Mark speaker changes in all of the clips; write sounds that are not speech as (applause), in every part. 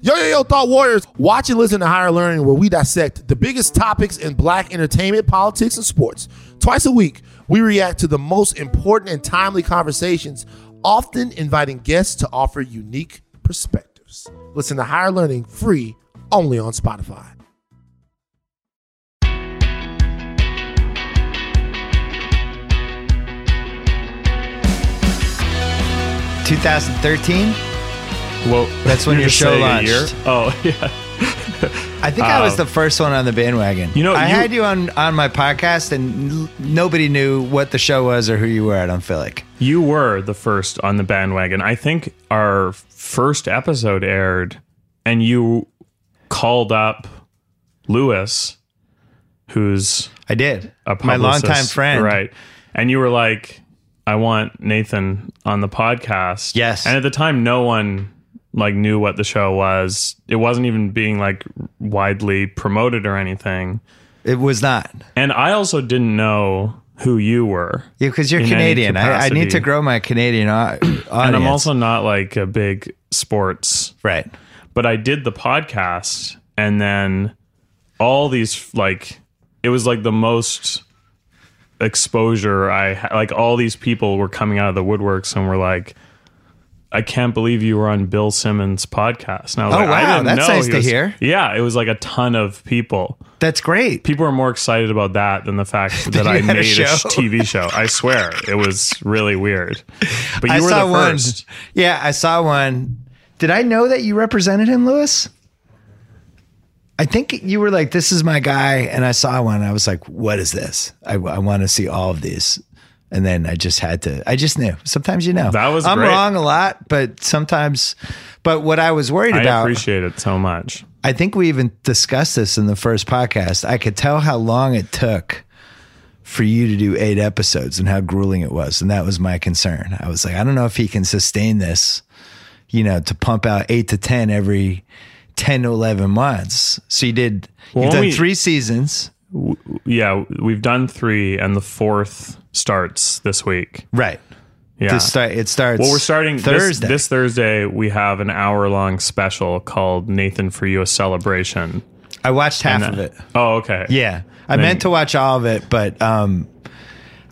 Speaker 1: Yo, yo, yo, Thought Warriors. Watch and listen to Higher Learning, where we dissect the biggest topics in black entertainment, politics, and sports. Twice a week, we react to the most important and timely conversations, often inviting guests to offer unique perspectives. Listen to Higher Learning free only on Spotify.
Speaker 2: Two thousand thirteen.
Speaker 3: Well,
Speaker 2: That's when
Speaker 3: you're
Speaker 2: your
Speaker 3: just
Speaker 2: show
Speaker 3: saying a
Speaker 2: launched.
Speaker 3: year? Oh (laughs) yeah.
Speaker 2: I think I was the first one on the bandwagon.
Speaker 3: Uh, You know,
Speaker 2: I
Speaker 3: you-
Speaker 2: had you on on my podcast, and l- nobody knew what the show was or who you were. I don't feel like.
Speaker 3: You were the first on the bandwagon. I think our first episode aired and you called up Lewis, who's
Speaker 2: I did.
Speaker 3: a
Speaker 2: my
Speaker 3: publicist,
Speaker 2: longtime friend.
Speaker 3: Right. And you were like, I want Nathan on the podcast.
Speaker 2: Yes.
Speaker 3: And at the time no one like knew what the show was. It wasn't even being like widely promoted or anything.
Speaker 2: It was not.
Speaker 3: And I also didn't know who you were.
Speaker 2: Yeah, because you're
Speaker 3: In any
Speaker 2: Canadian. I, I need to
Speaker 3: capacity.
Speaker 2: grow my Canadian au- audience.
Speaker 3: and I'm also not like a big sports,
Speaker 2: right.
Speaker 3: but I did the podcast and then all these like it was like the most exposure I ha- like all these people were coming out of the woodworks and were like I can't believe you were on Bill Simmons' podcast. Now,
Speaker 2: Oh,
Speaker 3: like, I
Speaker 2: wow,
Speaker 3: didn't
Speaker 2: that's
Speaker 3: know
Speaker 2: nice
Speaker 3: he
Speaker 2: to
Speaker 3: was-
Speaker 2: hear.
Speaker 3: Yeah, it was like a ton of people.
Speaker 2: That's great.
Speaker 3: People were more excited about that than
Speaker 2: (laughs)
Speaker 3: the fact that I
Speaker 2: you had a
Speaker 3: made a,
Speaker 2: show.
Speaker 3: sh- TV show. I swear, it was
Speaker 2: (laughs)
Speaker 3: really weird. But you
Speaker 2: I
Speaker 3: were
Speaker 2: saw
Speaker 3: the
Speaker 2: one.
Speaker 3: first.
Speaker 2: Yeah, I saw one. Did I know that you represented him, Lewis? I think you were like, "This is my guy," and I saw one. I was like, "What is this? I, want to see all of these." And then I just had to. I just knew. Sometimes you know.
Speaker 3: That was
Speaker 2: I'm
Speaker 3: great.
Speaker 2: wrong a lot, but sometimes. But what I was worried
Speaker 3: I
Speaker 2: about.
Speaker 3: appreciate it so much.
Speaker 2: I think we even discussed this in the first podcast. I could tell how long it took for you to do eight episodes and how grueling it was. And that was my concern. I was like, I don't know if he can sustain this, you know, to pump out eight to 10 every 10 to 11 months. So you did,
Speaker 3: Well,
Speaker 2: you've done
Speaker 3: we-
Speaker 2: three seasons.
Speaker 3: Yeah, we've done three, and the fourth starts this week.
Speaker 2: Right.
Speaker 3: Yeah.
Speaker 2: This start, it starts.
Speaker 3: well, we're starting this-
Speaker 2: Thursday.
Speaker 3: This, Thursday, we have an hour long special called Nathan for You a Celebration.
Speaker 2: I watched half of it.
Speaker 3: Oh, okay.
Speaker 2: Yeah. I meant to watch all of it, but um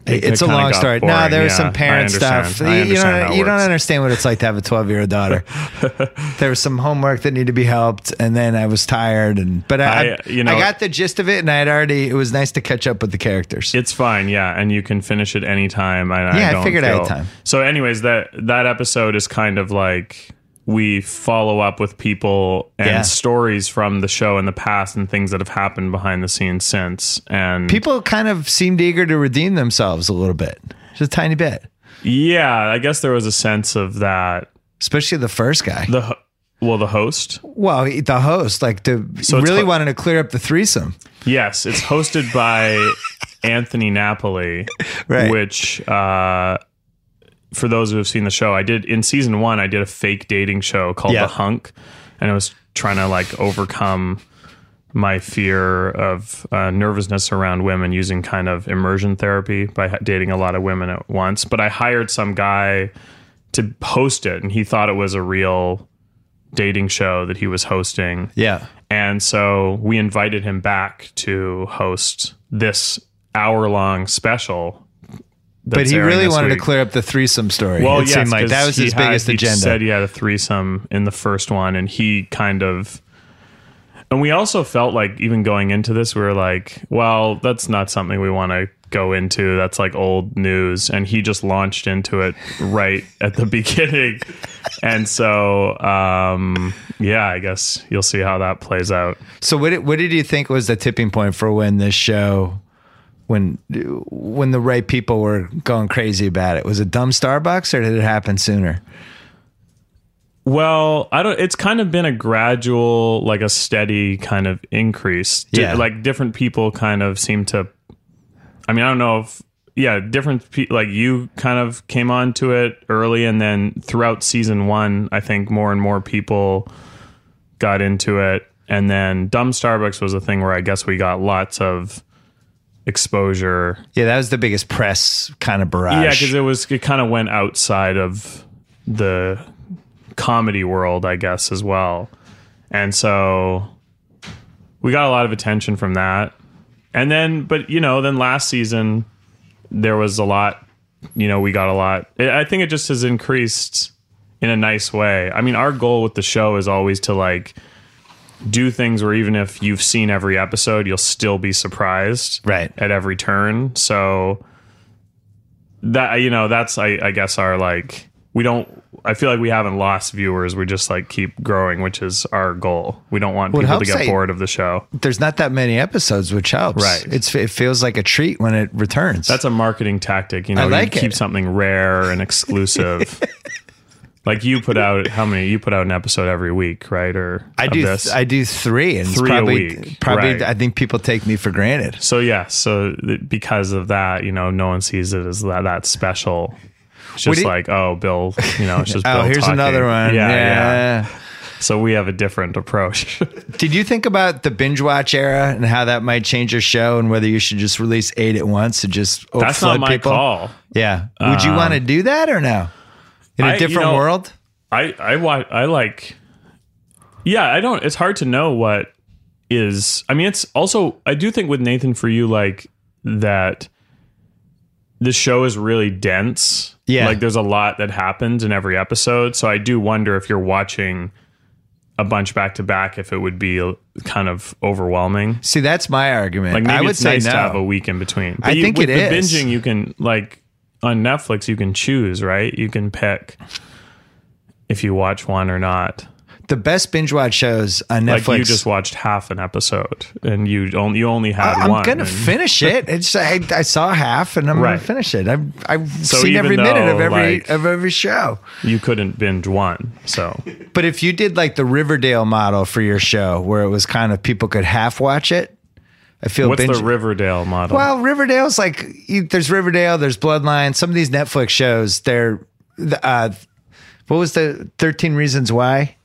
Speaker 2: it's a
Speaker 3: kinda
Speaker 2: long
Speaker 3: got
Speaker 2: story. no,
Speaker 3: boring.
Speaker 2: there was
Speaker 3: Yeah,
Speaker 2: some parent
Speaker 3: I understand.
Speaker 2: stuff.
Speaker 3: I
Speaker 2: You- you
Speaker 3: understand
Speaker 2: know,
Speaker 3: how it
Speaker 2: you don't
Speaker 3: works.
Speaker 2: understand what it's like to have a 12 year old
Speaker 3: (laughs)
Speaker 2: daughter. there was some homework that needed to be helped, and then I was tired. And but I,
Speaker 3: I- you know-
Speaker 2: I got the gist of it, and I had already. It was nice to catch up with the characters.
Speaker 3: It's fine, yeah, and you can finish it anytime. I,
Speaker 2: Yeah, I
Speaker 3: I, don't
Speaker 2: figured I had
Speaker 3: feel-
Speaker 2: time.
Speaker 3: So, anyways, that that episode is kind of like we follow up with people and
Speaker 2: Yeah.
Speaker 3: stories from the show in the past and things that have happened behind the scenes since. And
Speaker 2: People kind of seemed eager to redeem themselves a little bit, just a tiny bit,
Speaker 3: yeah, I guess there was a sense of that.
Speaker 2: especially the first guy.
Speaker 3: The ho- well, the host.
Speaker 2: well, he- the host, like, the
Speaker 3: So it's
Speaker 2: really
Speaker 3: ho-
Speaker 2: wanted to clear up the threesome.
Speaker 3: Yes, it's
Speaker 2: (laughs)
Speaker 3: hosted by Anthony Napoli,
Speaker 2: Right.
Speaker 3: which uh, for those who have seen the show, I did in season one. I did a fake dating show called
Speaker 2: Yeah.
Speaker 3: The Hunk, and I was trying to like overcome my fear of uh, nervousness around women using kind of immersion therapy by ha- dating a lot of women at once. But I hired some guy to host it, and he thought it was a real dating show that he was hosting.
Speaker 2: Yeah.
Speaker 3: And so we invited him back to host this hour long special.
Speaker 2: But
Speaker 3: that's
Speaker 2: he
Speaker 3: airing
Speaker 2: really
Speaker 3: this
Speaker 2: wanted
Speaker 3: week.
Speaker 2: to clear up the threesome story.
Speaker 3: Well,
Speaker 2: it
Speaker 3: yes,
Speaker 2: seemed like
Speaker 3: 'cause
Speaker 2: that was
Speaker 3: he
Speaker 2: his
Speaker 3: had-
Speaker 2: biggest
Speaker 3: he
Speaker 2: agenda.
Speaker 3: said he had a threesome in the first one, and he kind of. And we also felt like even going into this, we were like, well, that's not something we want to go into. That's like old news. And he just launched into it right (laughs) at the beginning. And so, um, yeah, I guess you'll see how that plays out.
Speaker 2: So what did, what did you think was the tipping point for when this show when when the right people were going crazy about it? Was it dumb Starbucks or did it happen sooner?
Speaker 3: Well, I don't. It's kind of been a gradual, like a steady kind of increase. Di-
Speaker 2: Yeah.
Speaker 3: like different people kind of seem to. I mean, I don't know if yeah, different people like you kind of came on to it early, and then throughout season one, I think more and more people got into it, and then dumb Starbucks was a thing where I guess we got lots of exposure.
Speaker 2: Yeah, that was the biggest press kind of barrage.
Speaker 3: Yeah, because it was it kind of went outside of the comedy world, I guess, as well. And so we got a lot of attention from that. And then, but you know, then last season there was a lot, you know, we got a lot. I I think it just has increased in a nice way. I mean, our goal with the show is always to like do things where even if you've seen every episode, you'll still be surprised
Speaker 2: Right.
Speaker 3: at every turn. So that you know, that's I, I guess our like we don't. I feel like we haven't lost viewers. We just like keep growing, which is our goal. We don't want
Speaker 2: Well, it
Speaker 3: people to
Speaker 2: helps
Speaker 3: get
Speaker 2: that-
Speaker 3: bored of the show.
Speaker 2: There's not that many episodes, which helps.
Speaker 3: Right.
Speaker 2: It's it feels like a treat when it returns.
Speaker 3: That's a marketing tactic. You know,
Speaker 2: like
Speaker 3: you keep
Speaker 2: it.
Speaker 3: something rare and
Speaker 2: (laughs)
Speaker 3: exclusive. like you put out how many? You put out an episode every week, right? Or
Speaker 2: I
Speaker 3: of
Speaker 2: do
Speaker 3: This.
Speaker 2: I do three and it's
Speaker 3: Three a
Speaker 2: probably,
Speaker 3: week,
Speaker 2: Probably
Speaker 3: right.
Speaker 2: I think people take me for granted.
Speaker 3: so yeah. So th- because of that, you know, no one sees it as that that special. It's
Speaker 2: Would
Speaker 3: just
Speaker 2: it-
Speaker 3: like oh, Bill. You know, it's
Speaker 2: (laughs)
Speaker 3: just
Speaker 2: Oh,
Speaker 3: Bill
Speaker 2: here's
Speaker 3: talking.
Speaker 2: another one.
Speaker 3: Yeah, yeah.
Speaker 2: yeah.
Speaker 3: So we have a different approach. (laughs)
Speaker 2: Did you think about the binge watch era and how that might change your show and whether you should just release eight at once and just oh,
Speaker 3: That's
Speaker 2: flood
Speaker 3: not my
Speaker 2: people?
Speaker 3: call. Um,
Speaker 2: Yeah. Would you want to do that or no? In a
Speaker 3: I- you
Speaker 2: different
Speaker 3: know-
Speaker 2: world?
Speaker 3: I I watch. I like. Yeah, I don't. It's hard to know what is. I mean, it's also. I do think with Nathan for you, like that. The show is really dense.
Speaker 2: Yeah.
Speaker 3: like there's a lot that happens in every episode. So I do wonder if you're watching a bunch back to back, if it would be kind of overwhelming.
Speaker 2: See, that's my argument.
Speaker 3: Like maybe
Speaker 2: I would
Speaker 3: it's
Speaker 2: say
Speaker 3: nice
Speaker 2: no.
Speaker 3: to have a week in between. But
Speaker 2: I
Speaker 3: you,
Speaker 2: think
Speaker 3: with
Speaker 2: it
Speaker 3: the
Speaker 2: is.
Speaker 3: binging you can like on Netflix you can choose, right? You can pick if you watch one or not.
Speaker 2: the best binge watch shows on Netflix.
Speaker 3: Like you just watched half an episode and you only you only had
Speaker 2: I'm
Speaker 3: one.
Speaker 2: gonna
Speaker 3: and-
Speaker 2: finish
Speaker 3: (laughs)
Speaker 2: it. It's I, I saw half and I'm
Speaker 3: Right.
Speaker 2: gonna finish it. I've I've seen
Speaker 3: even
Speaker 2: every minute of
Speaker 3: though,
Speaker 2: every
Speaker 3: like-
Speaker 2: of every show.
Speaker 3: you couldn't binge one. So
Speaker 2: But if you did like the Riverdale model for your show, where it was kind of people could half watch it, I feel
Speaker 3: what's
Speaker 2: binge.
Speaker 3: the Riverdale model?
Speaker 2: well, Riverdale's like you- there's Riverdale, there's Bloodline. Some of these Netflix shows, they're the, uh, what was the Thirteen Reasons Why?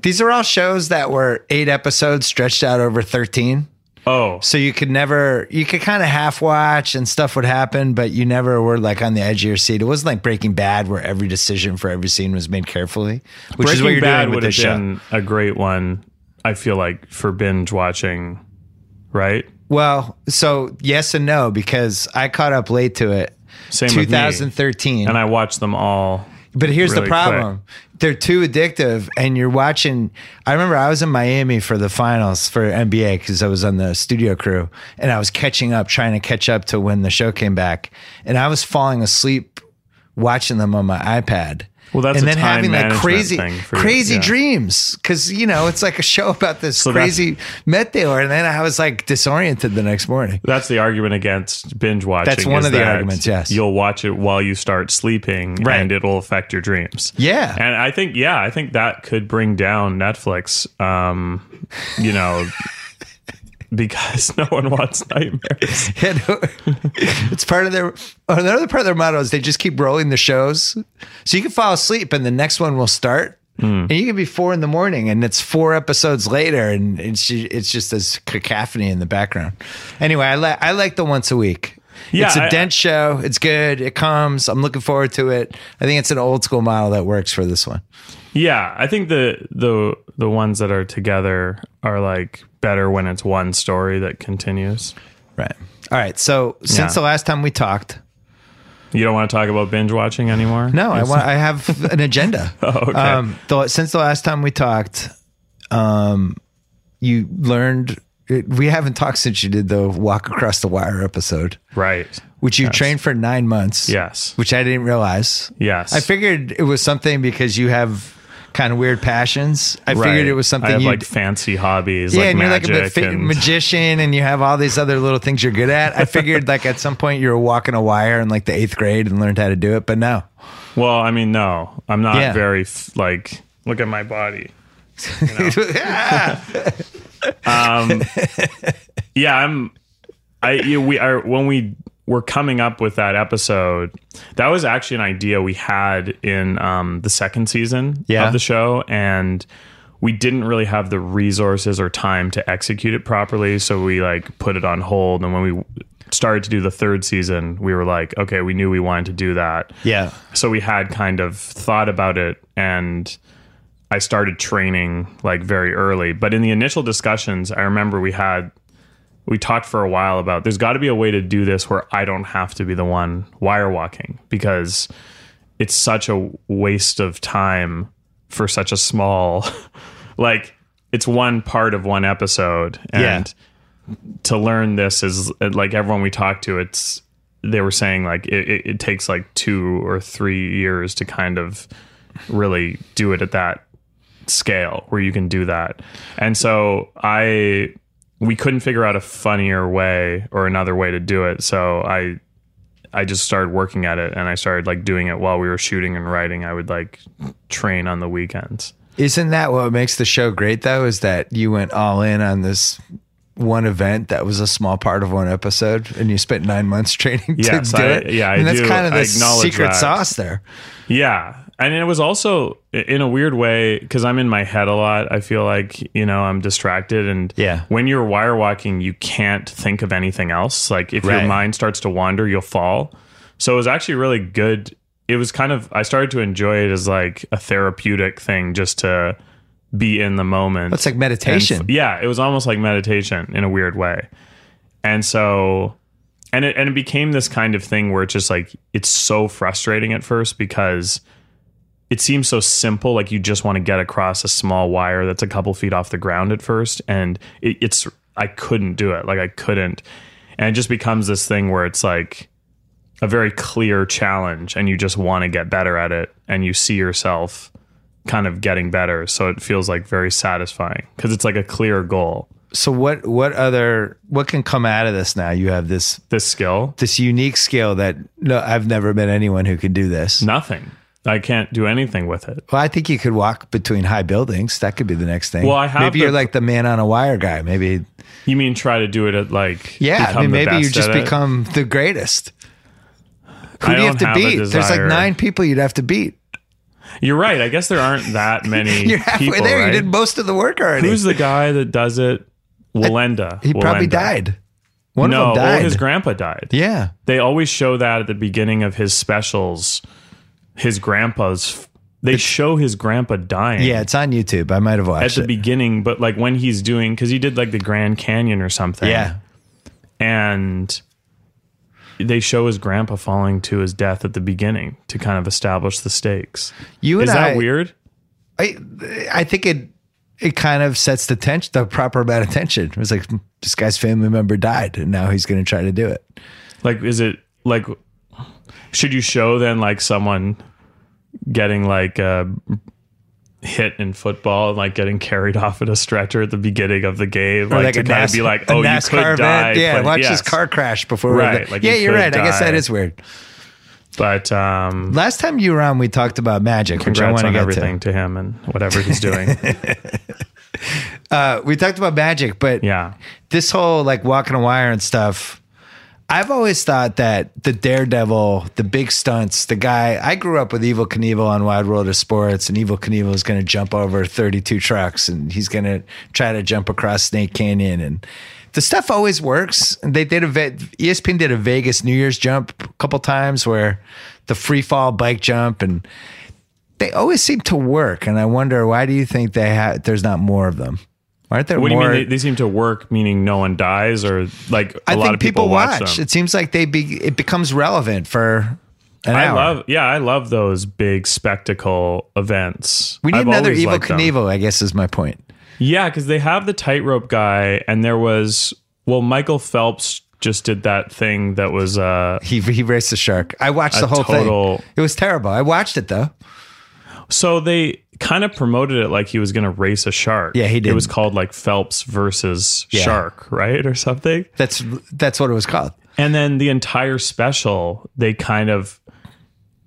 Speaker 2: These are all shows that were eight episodes stretched out over thirteen.
Speaker 3: oh,
Speaker 2: So you could never, you could kind of half watch and stuff would happen, but you never were like on the edge of your seat. It wasn't like Breaking Bad where every decision for every scene was made carefully, which is what
Speaker 3: Breaking
Speaker 2: you're
Speaker 3: Bad
Speaker 2: doing with
Speaker 3: would have
Speaker 2: this show.
Speaker 3: been a great one. I feel like for binge watching, right?
Speaker 2: Well, so yes and no, because I caught up late to it.
Speaker 3: Same with me.
Speaker 2: 2013.
Speaker 3: And I watched them all.
Speaker 2: But here's the
Speaker 3: really
Speaker 2: problem. They're too addictive and you're watching I remember I was in Miami for the finals for NBA cuz I was on the studio crew and I was catching up trying to catch up to when the show came back and I was falling asleep watching them on my iPad.
Speaker 3: Well, that's
Speaker 2: and
Speaker 3: a
Speaker 2: then
Speaker 3: time
Speaker 2: having like
Speaker 3: management
Speaker 2: crazy
Speaker 3: thing for you,
Speaker 2: crazy
Speaker 3: yeah.
Speaker 2: dreams cuz you know, it's like a show about
Speaker 3: (laughs)
Speaker 2: this
Speaker 3: that's-
Speaker 2: crazy meteor and then I was like disoriented the next morning.
Speaker 3: That's the argument against binge watching.
Speaker 2: That's one
Speaker 3: is
Speaker 2: of the
Speaker 3: that
Speaker 2: arguments, yes.
Speaker 3: You'll watch it while you start sleeping
Speaker 2: Right.
Speaker 3: and it'll affect your dreams.
Speaker 2: Yeah.
Speaker 3: And I think, yeah, I think that could bring down Netflix, um, you know, (laughs) because no one wants nightmares.
Speaker 2: And (laughs) it's part of their another part of their motto is they just keep rolling the shows, so you can fall asleep and the next one will start,
Speaker 3: Hmm.
Speaker 2: and you can be four in the morning and it's four episodes later, and it's ju- it's just this cacophony in the background. Anyway, I like I like the once a week.
Speaker 3: Yeah,
Speaker 2: it's a
Speaker 3: I-
Speaker 2: dense show. It's good. It comes. I'm looking forward to it. I think it's an old school model that works for this one.
Speaker 3: Yeah, I think the the the ones that are together are like better when it's one story that continues.
Speaker 2: Right. All right. So since the
Speaker 3: Yeah.
Speaker 2: last time we talked,
Speaker 3: You don't want to talk about binge watching anymore? Oh,
Speaker 2: No, I want. I have an agenda.
Speaker 3: (laughs) okay.
Speaker 2: Um, the, since the last time we talked, um, you learned. It, we haven't talked since you did the walk across the wire episode,
Speaker 3: Right.
Speaker 2: which you trained for nine months.
Speaker 3: Yes.
Speaker 2: Which I didn't realize.
Speaker 3: Yes.
Speaker 2: I figured it was something because you have kind of weird passions. I
Speaker 3: Right.
Speaker 2: figured it was something
Speaker 3: I have
Speaker 2: you
Speaker 3: like fancy hobbies, like
Speaker 2: and
Speaker 3: magic,
Speaker 2: you're like a bit fa-
Speaker 3: and
Speaker 2: magician, and you have all these other little things you're good at. I figured like at some point you were walking a wire in like the eighth grade and learned how to do it, but no.
Speaker 3: well, I mean, no, I'm not
Speaker 2: Yeah.
Speaker 3: very f- like. Look at my body. Yeah, I'm. I you, we are when we were coming up with that episode. That was actually an idea we had in um, the second season
Speaker 2: Yeah.
Speaker 3: of the show, and we didn't really have the resources or time to execute it properly. So we like put it on hold, and when we started to do the third season, we were like, okay, we knew we wanted to do that.
Speaker 2: (laughs) yeah.
Speaker 3: so we had kind of thought about it and I started training like very early. But in the initial discussions, I remember we had we talked for a while about there's got to be a way to do this where I don't have to be the one wire walking because it's such a waste of time for such a small (laughs) like it's one part of one episode and to learn this is like everyone we talked to it's they were saying like it, it, it takes like two or three years to kind of really do it at that scale where you can do that and so i we couldn't figure out a funnier way or another way to do it so i i just started working at it and i started like doing it while we were shooting and writing i would like train on the weekends
Speaker 2: Isn't that what makes the show great though? Is that you went all in on this one event that was a small part of one episode, and you spent nine months (laughs) training to
Speaker 3: Yes,
Speaker 2: do
Speaker 3: I-
Speaker 2: it.
Speaker 3: yeah, I
Speaker 2: and that's
Speaker 3: do.
Speaker 2: kind of the
Speaker 3: I acknowledge
Speaker 2: secret
Speaker 3: that.
Speaker 2: sauce there.
Speaker 3: Yeah. And it was also in a weird way because I'm in my head a lot. I feel like, you know, I'm distracted. And
Speaker 2: Yeah.
Speaker 3: when you're wire walking, you can't think of anything else. Like if
Speaker 2: Right.
Speaker 3: your mind starts to wander, you'll fall. So it was actually really good. It was kind of, I started to enjoy it as like a therapeutic thing just to be in the moment.
Speaker 2: That's like meditation.
Speaker 3: And f- yeah, it was almost like meditation in a weird way. And so and it and it became this kind of thing where it's just like it's so frustrating at first because it seems so simple like you just want to get across a small wire that's a couple feet off the ground at first and it, it's I couldn't do it. Like I couldn't. And it just becomes this thing where it's like a very clear challenge and you just want to get better at it and you see yourself kind of getting better so it feels like very satisfying because it's like a clear goal
Speaker 2: so what? What other? What can come out of this now? You have this
Speaker 3: this skill
Speaker 2: this unique skill that no, I've never met anyone who can do this.
Speaker 3: nothing i can't do anything with it
Speaker 2: Well, I think you could walk between high buildings. That could be the next thing.
Speaker 3: Well, I have
Speaker 2: maybe
Speaker 3: the-
Speaker 2: you're like the man on a wire guy. Maybe
Speaker 3: you mean try to do it at like
Speaker 2: yeah. I
Speaker 3: become
Speaker 2: mean,
Speaker 3: the
Speaker 2: maybe you
Speaker 3: best
Speaker 2: just
Speaker 3: at it?
Speaker 2: become the greatest. Who
Speaker 3: I
Speaker 2: do you have
Speaker 3: don't
Speaker 2: to
Speaker 3: have
Speaker 2: beat?
Speaker 3: a
Speaker 2: There's like
Speaker 3: desire.
Speaker 2: nine people you'd have to beat.
Speaker 3: you're right i guess there
Speaker 2: (laughs)
Speaker 3: aren't that many
Speaker 2: You're halfway
Speaker 3: people
Speaker 2: there.
Speaker 3: right?
Speaker 2: You did most of the work already.
Speaker 3: who's the guy that does it walenda
Speaker 2: he probably
Speaker 3: Walenda.
Speaker 2: died. One
Speaker 3: no
Speaker 2: of them
Speaker 3: well,
Speaker 2: died.
Speaker 3: his grandpa died
Speaker 2: yeah.
Speaker 3: they always show that at the beginning of his specials his grandpa's they show his grandpa dying
Speaker 2: Yeah, it's on YouTube. I might have
Speaker 3: at
Speaker 2: watched
Speaker 3: the
Speaker 2: it.
Speaker 3: beginning, but like when he's doing because he did like the Grand Canyon or something.
Speaker 2: yeah.
Speaker 3: and they show his grandpa falling to his death at the beginning to kind of establish the stakes.
Speaker 2: You and
Speaker 3: Is that
Speaker 2: I,
Speaker 3: weird?
Speaker 2: I I think it it kind of sets the tension the proper amount of tension. It was like "Hmm, this guy's family member died and now he's gonna try to do it.
Speaker 3: Like, is it like should you show then like someone getting like uh, hit in football and like getting carried (laughs) off in a stretcher at the beginning of the game,
Speaker 2: Or
Speaker 3: like, to kind of
Speaker 2: NAS-
Speaker 3: be like,
Speaker 2: a
Speaker 3: oh, you
Speaker 2: NASCAR
Speaker 3: could
Speaker 2: event.
Speaker 3: die.
Speaker 2: Yeah,
Speaker 3: but-
Speaker 2: watch
Speaker 3: yes.
Speaker 2: this car crash before. we're
Speaker 3: Right,
Speaker 2: done.
Speaker 3: like, you
Speaker 2: yeah, you're
Speaker 3: could
Speaker 2: right. I guess that
Speaker 3: die.
Speaker 2: is weird.
Speaker 3: But um,
Speaker 2: Last time you were on, we talked about magic,
Speaker 3: congrats
Speaker 2: which I
Speaker 3: on
Speaker 2: want to get
Speaker 3: everything to him and whatever he's
Speaker 2: (laughs)
Speaker 3: doing.
Speaker 2: to. Uh, we talked about magic, but
Speaker 3: yeah.
Speaker 2: this whole like walking a wire and stuff. I've always thought that the daredevil, the big stunts, the guy. I grew up with Evil Knievel on Wide World of Sports, and Evil Knievel is going to jump over 32 trucks and he's going to try to jump across Snake Canyon. And the stuff always works. And They did a Ve- E ESPN did a Vegas New Year's jump a couple times where the free fall bike jump, and they always seem to work. And I wonder why do you think they ha- there's not more of them? Aren't there
Speaker 3: What do
Speaker 2: more?
Speaker 3: you mean? They, they seem to work, meaning no one dies, or like a
Speaker 2: I
Speaker 3: lot
Speaker 2: think
Speaker 3: of people, watch, them.
Speaker 2: It seems like they be it becomes relevant for an
Speaker 3: I
Speaker 2: hour.
Speaker 3: love, yeah, I love those big spectacle events.
Speaker 2: we need
Speaker 3: I've
Speaker 2: another
Speaker 3: always
Speaker 2: evil
Speaker 3: liked them.
Speaker 2: Knievel, I guess is my point.
Speaker 3: Yeah, because they have the tightrope guy, and there was well, Michael Phelps just did that thing that was uh
Speaker 2: He he raced the shark. I watched the whole
Speaker 3: total-
Speaker 2: thing. It was terrible. I watched it though.
Speaker 3: so they kind of promoted it like he was going to race a shark.
Speaker 2: Yeah, he
Speaker 3: It was
Speaker 2: didn't.
Speaker 3: called like Phelps versus
Speaker 2: Yeah.
Speaker 3: shark, right, or something.
Speaker 2: That's that's what it was called.
Speaker 3: And then the entire special, they kind of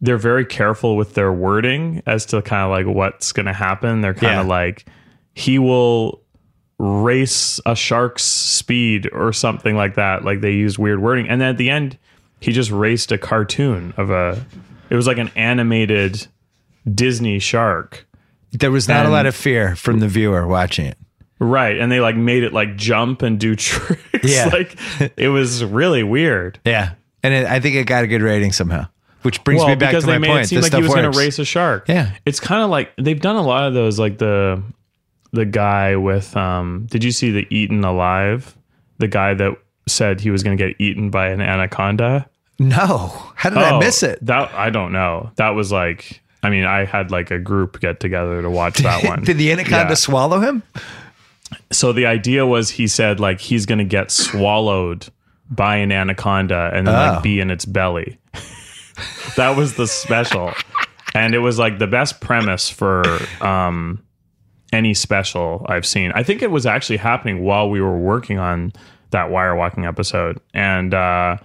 Speaker 3: they're very careful with their wording as to kind of like what's going to happen. They're kind of
Speaker 2: Yeah.
Speaker 3: like he will race a shark's speed or something like that. Like they used weird wording. And then at the end, he just raced a cartoon of a it was like an animated Disney shark.
Speaker 2: There was not a lot of fear from the viewer watching it.
Speaker 3: Right. And they like made it like jump and do (laughs) tricks.
Speaker 2: Yeah.
Speaker 3: like it was really weird.
Speaker 2: Yeah, and it, I think it got a good rating somehow. Which brings me back
Speaker 3: because
Speaker 2: to
Speaker 3: they
Speaker 2: my
Speaker 3: made
Speaker 2: point.
Speaker 3: it seem
Speaker 2: this
Speaker 3: like
Speaker 2: stuff
Speaker 3: he was going
Speaker 2: works.
Speaker 3: to race a shark.
Speaker 2: Yeah.
Speaker 3: it's kind of like they've done a lot of those, like the the guy with. um Did you see the Eaten Alive? The guy that said he was going to get eaten by an anaconda.
Speaker 2: No, how did I
Speaker 3: Oh,
Speaker 2: miss it?
Speaker 3: That I don't know. That was like. I mean, I had like a group get together to
Speaker 2: (laughs)
Speaker 3: watch that one.
Speaker 2: Did the anaconda
Speaker 3: Yeah.
Speaker 2: swallow him?
Speaker 3: So the idea was he said like he's gonna get swallowed by an anaconda and then
Speaker 2: Oh.
Speaker 3: like be in its belly. (laughs) that was the special. and it was like the best premise for um any special I've seen. I think it was actually happening while we were working on that wire walking episode. And uh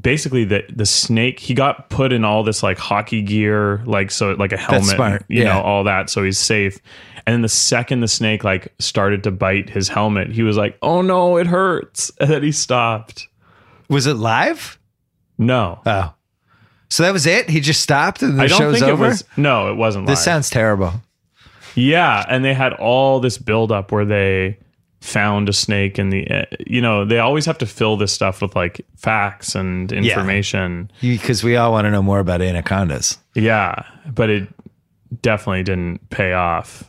Speaker 3: basically the the snake he got put in all this like hockey gear, like so like a helmet,
Speaker 2: smart.
Speaker 3: you
Speaker 2: Yeah.
Speaker 3: know, all that, so he's safe. And then the second the snake like started to bite his helmet, he was like, "Oh no, it hurts!" And then he stopped.
Speaker 2: Was it live?
Speaker 3: No,
Speaker 2: Oh, so that was it. He just stopped and the
Speaker 3: I don't
Speaker 2: show's
Speaker 3: think
Speaker 2: over.
Speaker 3: it was. No, it wasn't.
Speaker 2: this
Speaker 3: live.
Speaker 2: sounds terrible.
Speaker 3: Yeah, and they had all this buildup where they found a snake in the. eh, You know, they always have to fill this stuff with like facts and information.
Speaker 2: Because we all want to know more about anacondas.
Speaker 3: Yeah, but it definitely didn't pay off.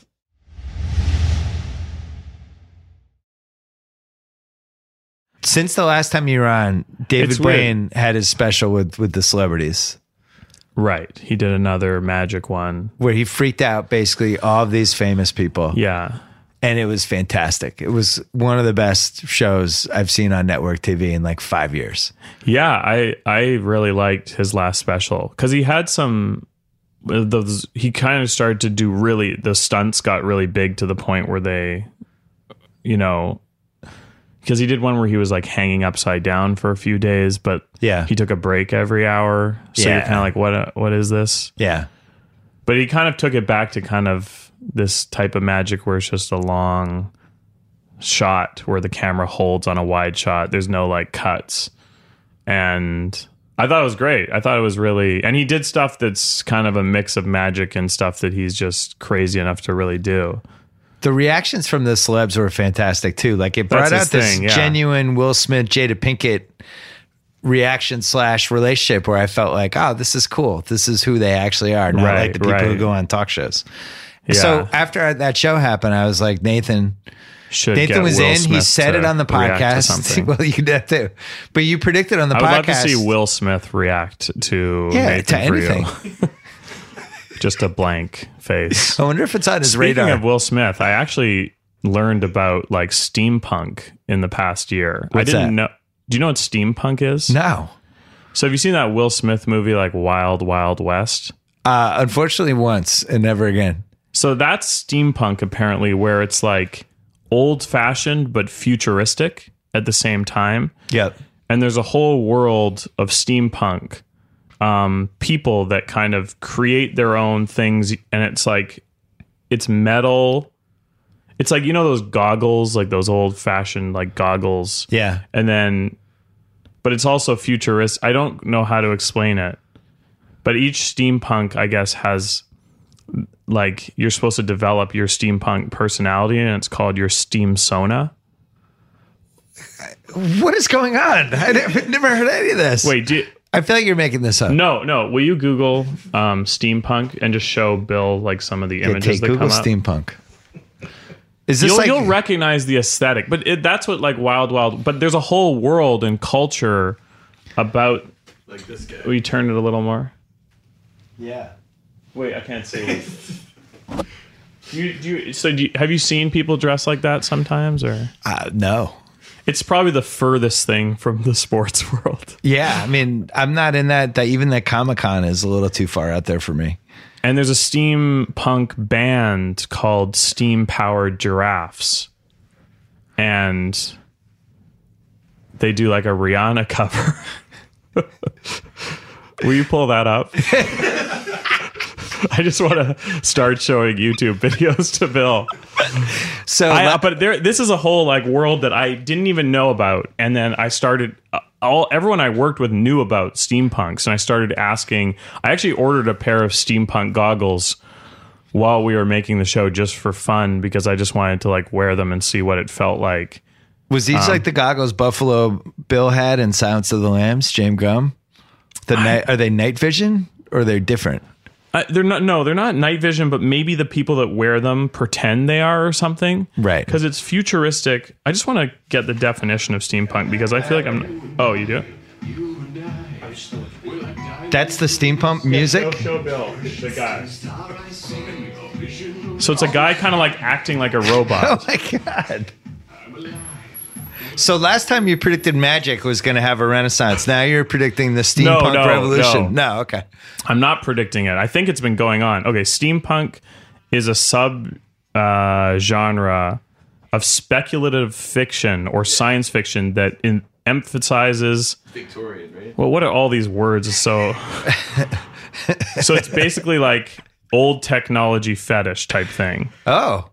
Speaker 2: Since the last time you were on, David
Speaker 3: It's weird.
Speaker 2: Blaine had his special with with the celebrities.
Speaker 3: Right, he did another magic one.
Speaker 2: where he freaked out basically all of these famous people.
Speaker 3: Yeah,
Speaker 2: And it was fantastic. It was one of the best shows I've seen on network TV in like five years.
Speaker 3: Yeah, I I really liked his last special because he had some uh, those he kind of started to do really the stunts got really big to the point where they you know because he did one where he was like hanging upside down for a few days but
Speaker 2: Yeah.
Speaker 3: he took a break every hour so
Speaker 2: Yeah.
Speaker 3: you're kind of like what uh, what is this
Speaker 2: Yeah.
Speaker 3: but he kind of took it back to kind of this type of magic where it's just a long shot where the camera holds on a wide shot. There's no like cuts. And I thought it was great. I thought it was really and he did stuff that's kind of a mix of magic and stuff that he's just crazy enough to really do.
Speaker 2: The reactions from the celebs were fantastic too. Like it brought
Speaker 3: That's his
Speaker 2: out this
Speaker 3: thing, yeah.
Speaker 2: genuine Will Smith, Jada Pinkett reaction slash relationship where I felt like, oh, this is cool. This is who they actually are, not
Speaker 3: Right,
Speaker 2: like the people who
Speaker 3: right.
Speaker 2: go on talk shows. So after that show happened, I was like, Nathan,
Speaker 3: Should
Speaker 2: Nathan
Speaker 3: get
Speaker 2: was
Speaker 3: Will
Speaker 2: in. he
Speaker 3: Smith
Speaker 2: said
Speaker 3: to
Speaker 2: it on the
Speaker 3: react to
Speaker 2: podcast. (laughs)
Speaker 3: something.
Speaker 2: well, you did that too, but you predicted on the
Speaker 3: I would
Speaker 2: podcast.
Speaker 3: love to see Will Smith react to
Speaker 2: yeah,
Speaker 3: Nathan
Speaker 2: to
Speaker 3: Friel.
Speaker 2: anything.
Speaker 3: (laughs) Just a blank face.
Speaker 2: I wonder if it's on his
Speaker 3: Speaking
Speaker 2: radar.
Speaker 3: of Will Smith, I actually learned about like steampunk in the past year.
Speaker 2: What's
Speaker 3: I didn't
Speaker 2: that?
Speaker 3: know. Do you know what steampunk is?
Speaker 2: no,
Speaker 3: So have you seen that Will Smith movie like Wild Wild West?
Speaker 2: uh, unfortunately, once and never again.
Speaker 3: So that's steampunk apparently where it's like old fashioned but futuristic at the same time.
Speaker 2: Yep.
Speaker 3: and there's a whole world of steampunk um, people that kind of create their own things, and it's like it's metal. It's like you know those goggles, like those old fashioned like goggles,
Speaker 2: Yeah.
Speaker 3: and then, but it's also futurist. I don't know how to explain it, but each steampunk, I guess, has like you're supposed to develop your steampunk personality, and it's called your steam sona.
Speaker 2: What is going on? I
Speaker 3: (laughs)
Speaker 2: never, never heard any of this.
Speaker 3: Wait, do you,
Speaker 2: I feel like you're making this up.
Speaker 3: No, no. Will you Google um, steampunk and just show Bill like some of the
Speaker 2: Yeah,
Speaker 3: images
Speaker 2: take
Speaker 3: that
Speaker 2: Google
Speaker 3: come up?
Speaker 2: steampunk. Is this
Speaker 3: You'll,
Speaker 2: like
Speaker 3: you'll recognize the aesthetic, but it, that's what like Wild Wild. But there's a whole world and culture about.
Speaker 4: Like this guy.
Speaker 3: Will you turn it a little more?
Speaker 2: yeah?
Speaker 3: Wait, I can't see. (laughs) What you, do you, so do you, have you seen people dress like that sometimes, or
Speaker 2: Uh, no.
Speaker 3: it's probably the furthest thing from the sports (laughs) world.
Speaker 2: Yeah, I mean, I'm not in that. That even that Comic Con is a little too far out there for me.
Speaker 3: And there's a steampunk band called Steam Powered Giraffes. And they do like a Rihanna cover. (laughs) Will you pull that up? (laughs) I just want to start showing YouTube videos to Bill.
Speaker 2: So,
Speaker 3: I,
Speaker 2: that-
Speaker 3: but there, this is a whole like world that I didn't even know about, and then I started. uh, All everyone I worked with knew about steampunks, and I started asking. I actually ordered a pair of steampunk goggles while we were making the show just for fun because I just wanted to like wear them and see what it felt like. Um,
Speaker 2: was these like the goggles Buffalo Bill had in Silence of the Lambs? James Gum. The night are they night vision or are they different?
Speaker 3: Uh, they're not. No, they're not night vision, but maybe the people that wear them pretend they are or something.
Speaker 2: Right.
Speaker 3: Because it's futuristic. I just want to get the definition of steampunk because I feel like I'm. Oh, you do it.
Speaker 2: That's the steampunk music.
Speaker 3: Bill, the guy. So it's a guy kind of like acting like a robot.
Speaker 2: (laughs) Oh my god. So last time you predicted magic was going to have a renaissance. Now you're predicting the steampunk
Speaker 3: no,
Speaker 2: revolution. No. okay.
Speaker 3: I'm not predicting it. I think it's been going on. Okay, steampunk is a sub uh, genre of speculative fiction or science fiction that in, emphasizes
Speaker 4: Victorian, right?
Speaker 3: well, what are all these words? So, so it's basically like old technology fetish type thing.
Speaker 2: Oh,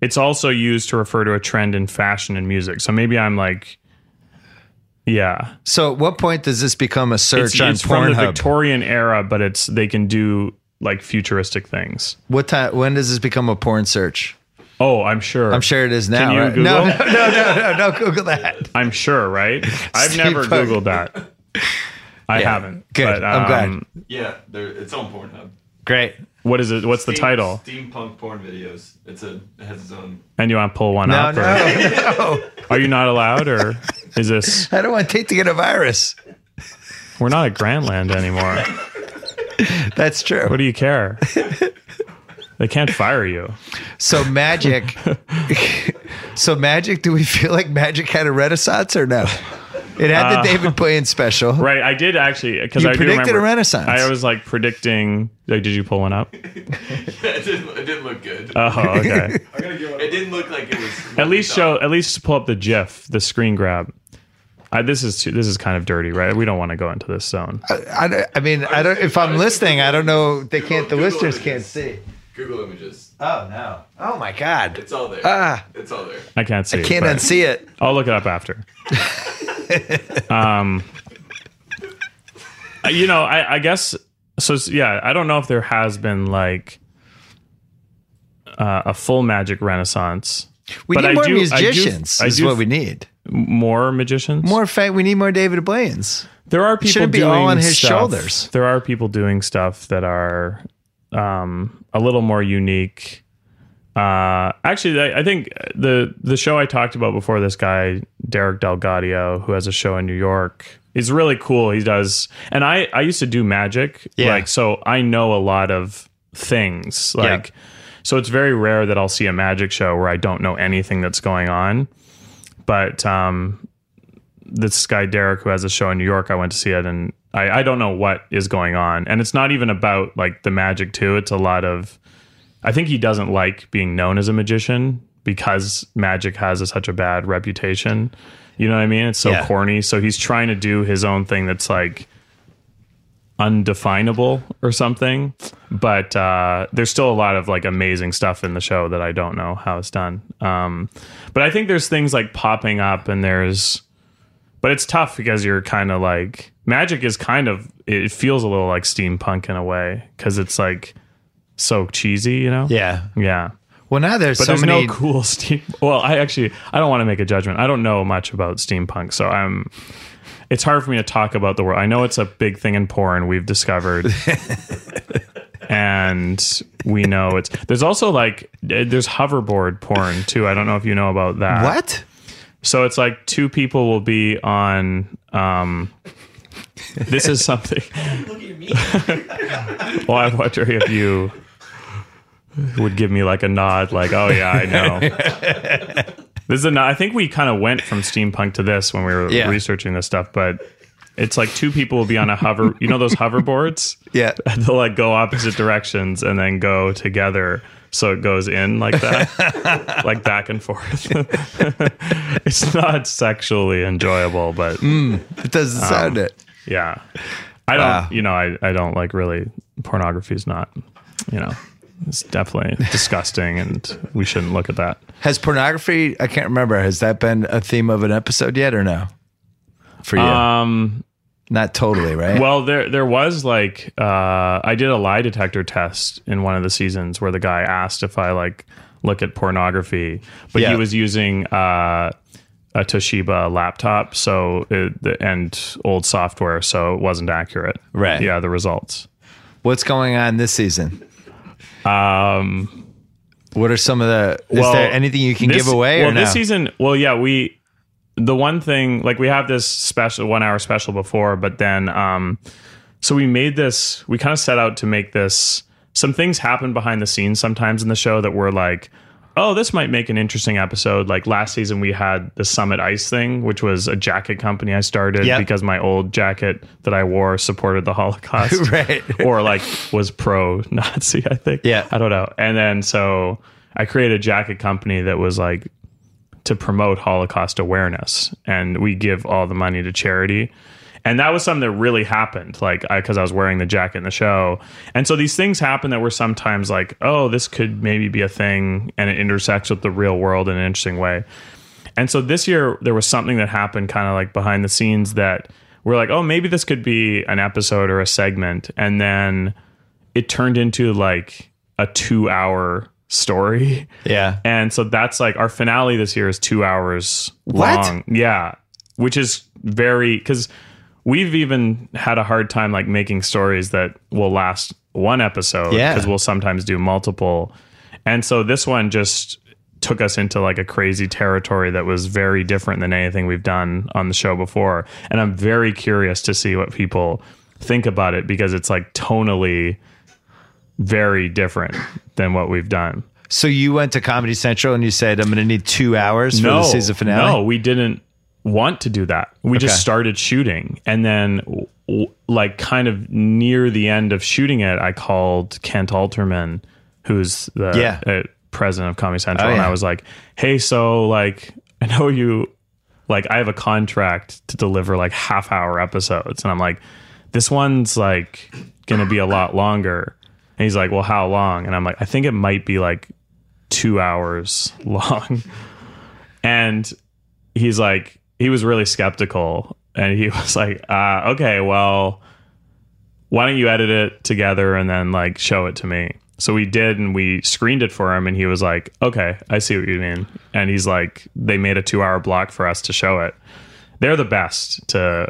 Speaker 3: It's also used to refer to a trend in fashion and music. So maybe I'm like, yeah,
Speaker 2: so at what point does this become a search
Speaker 3: it's,
Speaker 2: on
Speaker 3: it's from the
Speaker 2: Pornhub?
Speaker 3: Victorian era, but it's they can do like futuristic things.
Speaker 2: what time? When does this become a porn search?
Speaker 3: Oh, I'm sure.
Speaker 2: I'm sure it is now.
Speaker 3: Can you
Speaker 2: right?
Speaker 3: Google?
Speaker 2: No, (laughs) no, no, no, no, no. Google that.
Speaker 3: I'm
Speaker 2: (laughs)
Speaker 3: sure, right? I've
Speaker 2: Steve
Speaker 3: never
Speaker 2: Pug.
Speaker 3: googled that. I haven't.
Speaker 2: Good.
Speaker 3: But,
Speaker 2: I'm glad.
Speaker 3: um,
Speaker 4: Yeah, there, it's on Pornhub.
Speaker 2: Great.
Speaker 3: What is it? What's the
Speaker 4: Steam-
Speaker 3: title?
Speaker 4: Steampunk porn videos. It's a it has its own. (laughs)
Speaker 3: And you want to pull one
Speaker 2: No,
Speaker 3: up? Or
Speaker 2: no, no.
Speaker 3: are you not allowed, or is
Speaker 2: (laughs)
Speaker 3: this?
Speaker 2: I don't want Tate to get a virus.
Speaker 3: We're not at Grandland anymore.
Speaker 2: That's true.
Speaker 3: What do
Speaker 2: (laughs)
Speaker 3: you care? They can't fire you.
Speaker 2: So
Speaker 3: (laughs)
Speaker 2: magic. so magic. Do we feel like magic had a renaissance or no? It had the David Blaine special.
Speaker 3: Uh, Right, I did actually because
Speaker 2: You
Speaker 3: I do
Speaker 2: predicted
Speaker 3: remember,
Speaker 2: a renaissance.
Speaker 3: I was like predicting. Like, did you pull one up?
Speaker 4: it, didn't, it didn't look good.
Speaker 3: Oh,
Speaker 2: (laughs)
Speaker 3: okay.
Speaker 4: it didn't look like it
Speaker 3: (laughs)
Speaker 4: was.
Speaker 3: at least show. At least pull up the GIF, the screen grab. I, this is too, this is kind of dirty, right? We don't want to go into this zone.
Speaker 2: I, don't- I mean, I don't. If I'm listening, I don't know. They can't. The listeners can't see.
Speaker 4: Google images.
Speaker 2: Oh no! Oh my God!
Speaker 4: It's all there.
Speaker 2: Ah.
Speaker 4: It's all there.
Speaker 3: I can't see. it,
Speaker 2: Can't
Speaker 3: but-
Speaker 2: unsee it.
Speaker 3: I'll look it up
Speaker 2: (laughs)
Speaker 3: after. um, you know, I, I guess so. s- Yeah, I don't know if there has been like uh, a full magic renaissance.
Speaker 2: We
Speaker 3: But
Speaker 2: need
Speaker 3: I
Speaker 2: more
Speaker 3: do- I do-
Speaker 2: musicians.
Speaker 3: I
Speaker 2: is
Speaker 3: do-
Speaker 2: what we need.
Speaker 3: More magicians.
Speaker 2: More fact, we need more David Blaine's.
Speaker 3: There are people
Speaker 2: shouldn't be
Speaker 3: doing
Speaker 2: all on his
Speaker 3: stuff-
Speaker 2: shoulders.
Speaker 3: There are people doing stuff that are um, a little more unique. Uh, actually, I, I think the the show I talked about before, this guy Derek Delgadio, who has a show in New York, is really cool. He does, and I I used to do magic,
Speaker 2: Yeah.
Speaker 3: like so I know a lot of things, like. So it's very rare that I'll see a magic show where I don't know anything that's going on. But um, this guy Derek who has a show in New York. I went to see it, and I, I don't know what is going on. And it's not even about like the magic too. It's a lot of. I think he doesn't like being known as a magician because magic has a, such a bad reputation. You know what I mean? It's so
Speaker 2: Yeah.
Speaker 3: corny. So he's trying to do his own thing that's like undefinable or something. But uh, there's still a lot of like amazing stuff in the show that I don't know how it's done. Um, but I think there's things like popping up, and there's, but it's tough because you're kind of like magic is kind of it feels a little like steampunk in a way because it's like so cheesy, you know?
Speaker 2: Yeah.
Speaker 3: yeah.
Speaker 2: Well, now there's
Speaker 3: But
Speaker 2: so
Speaker 3: there's
Speaker 2: many.
Speaker 3: no cool (laughs) steam. Well, I actually I don't want to make a judgment. I don't know much about steampunk, so I'm. It's hard for me to talk about the world. I know it's a big thing in porn. We've discovered,
Speaker 2: (laughs)
Speaker 3: and we know it's. There's also like eh, there's hoverboard porn too. I don't know if you know about that.
Speaker 2: what?
Speaker 3: So it's like two people will be on. Um, this is something. (laughs) well, I'm wondering if you would give me like a nod, like, "Oh yeah, I know." this is a nod. I think we kind of went from steampunk to this when we were
Speaker 2: Yeah.
Speaker 3: researching this stuff, but it's like two people will be on a hover. You know those hoverboards?
Speaker 2: Yeah.
Speaker 3: (laughs) They'll like go opposite directions and then go together. So it goes in like that, like back and forth. (laughs) it's not sexually enjoyable, but
Speaker 2: It
Speaker 3: (laughs)
Speaker 2: doesn't sound
Speaker 3: Um,
Speaker 2: it.
Speaker 3: yeah. I don't,
Speaker 2: Wow.
Speaker 3: you know, I, I don't like really, pornography is not, you know, it's definitely disgusting and we shouldn't look at that.
Speaker 2: Has pornography? I can't remember. Has that been a theme of an episode yet or no? For you,
Speaker 3: Um,
Speaker 2: not totally, right?
Speaker 3: Well, there there was like uh, I did a lie detector test in one of the seasons where the guy asked if I like look at pornography, but
Speaker 2: Yeah.
Speaker 3: he was using uh, a Toshiba laptop, so it, the- and old software, so it wasn't accurate.
Speaker 2: Right.
Speaker 3: Yeah, the results.
Speaker 2: What's going on this season? Um, what are some of the? Is there anything you can
Speaker 3: this-
Speaker 2: give away
Speaker 3: Well,
Speaker 2: or no?
Speaker 3: this season, well, yeah, we the one thing like we have this special one hour special before, but then um, so we made this. We kind of set out to make this. Some things happen behind the scenes sometimes in the show that we're like, oh, this might make an interesting episode. Like last season, we had the Summit Ice thing, which was a jacket company I started
Speaker 2: Yep.
Speaker 3: because my old jacket that I wore supported the
Speaker 2: (laughs)
Speaker 3: Holocaust, (laughs)
Speaker 2: Right.
Speaker 3: or like was pro Nazi. I think.
Speaker 2: Yeah.
Speaker 3: I don't know. And then so I created a jacket company that was like to promote Holocaust awareness, and we give all the money to charity. And that was something that really happened, like I because I was wearing the jacket in the show. And so these things happen that were sometimes like, oh, this could maybe be a thing, and it intersects with the real world in an interesting way. And so this year there was something that happened kind of like behind the scenes that we're like, oh, maybe this could be an episode or a segment, and then it turned into like a two-hour story.
Speaker 2: yeah.
Speaker 3: And so that's like our finale this year is two hours
Speaker 2: What?
Speaker 3: long. Yeah. Which is very because we've even had a hard time like making stories that will last one episode.
Speaker 2: Yeah.
Speaker 3: Because we'll sometimes do multiple. And so this one just took us into like a crazy territory that was very different than anything we've done on the show before. And I'm very curious to see what people think about it because it's like tonally very different than what we've done.
Speaker 2: So you went to Comedy Central and you said, "I'm going to need two hours for the season finale."
Speaker 3: No, we didn't want to do that. We
Speaker 2: Okay.
Speaker 3: just started shooting, and then, w- w- like, kind of near the end of shooting it, I called Kent Alterman, who's the
Speaker 2: Yeah.
Speaker 3: uh, president of Comedy Central,
Speaker 2: Oh,
Speaker 3: and
Speaker 2: yeah.
Speaker 3: I was like, "Hey, so like, (laughs) I know you." Like I have a contract to deliver like half hour episodes, and I'm like, this one's like gonna be a lot longer. And he's like, well, how long? And I'm like, I think it might be like two hours (laughs) long. And he's like, he was really skeptical. And he (laughs) was like, uh, okay, well, why don't you edit it together and then like show it to me? So we did, and we screened it for him, and he was like, okay, I see what you mean. And he's like, they made a two hour block for us to show it. They're the best to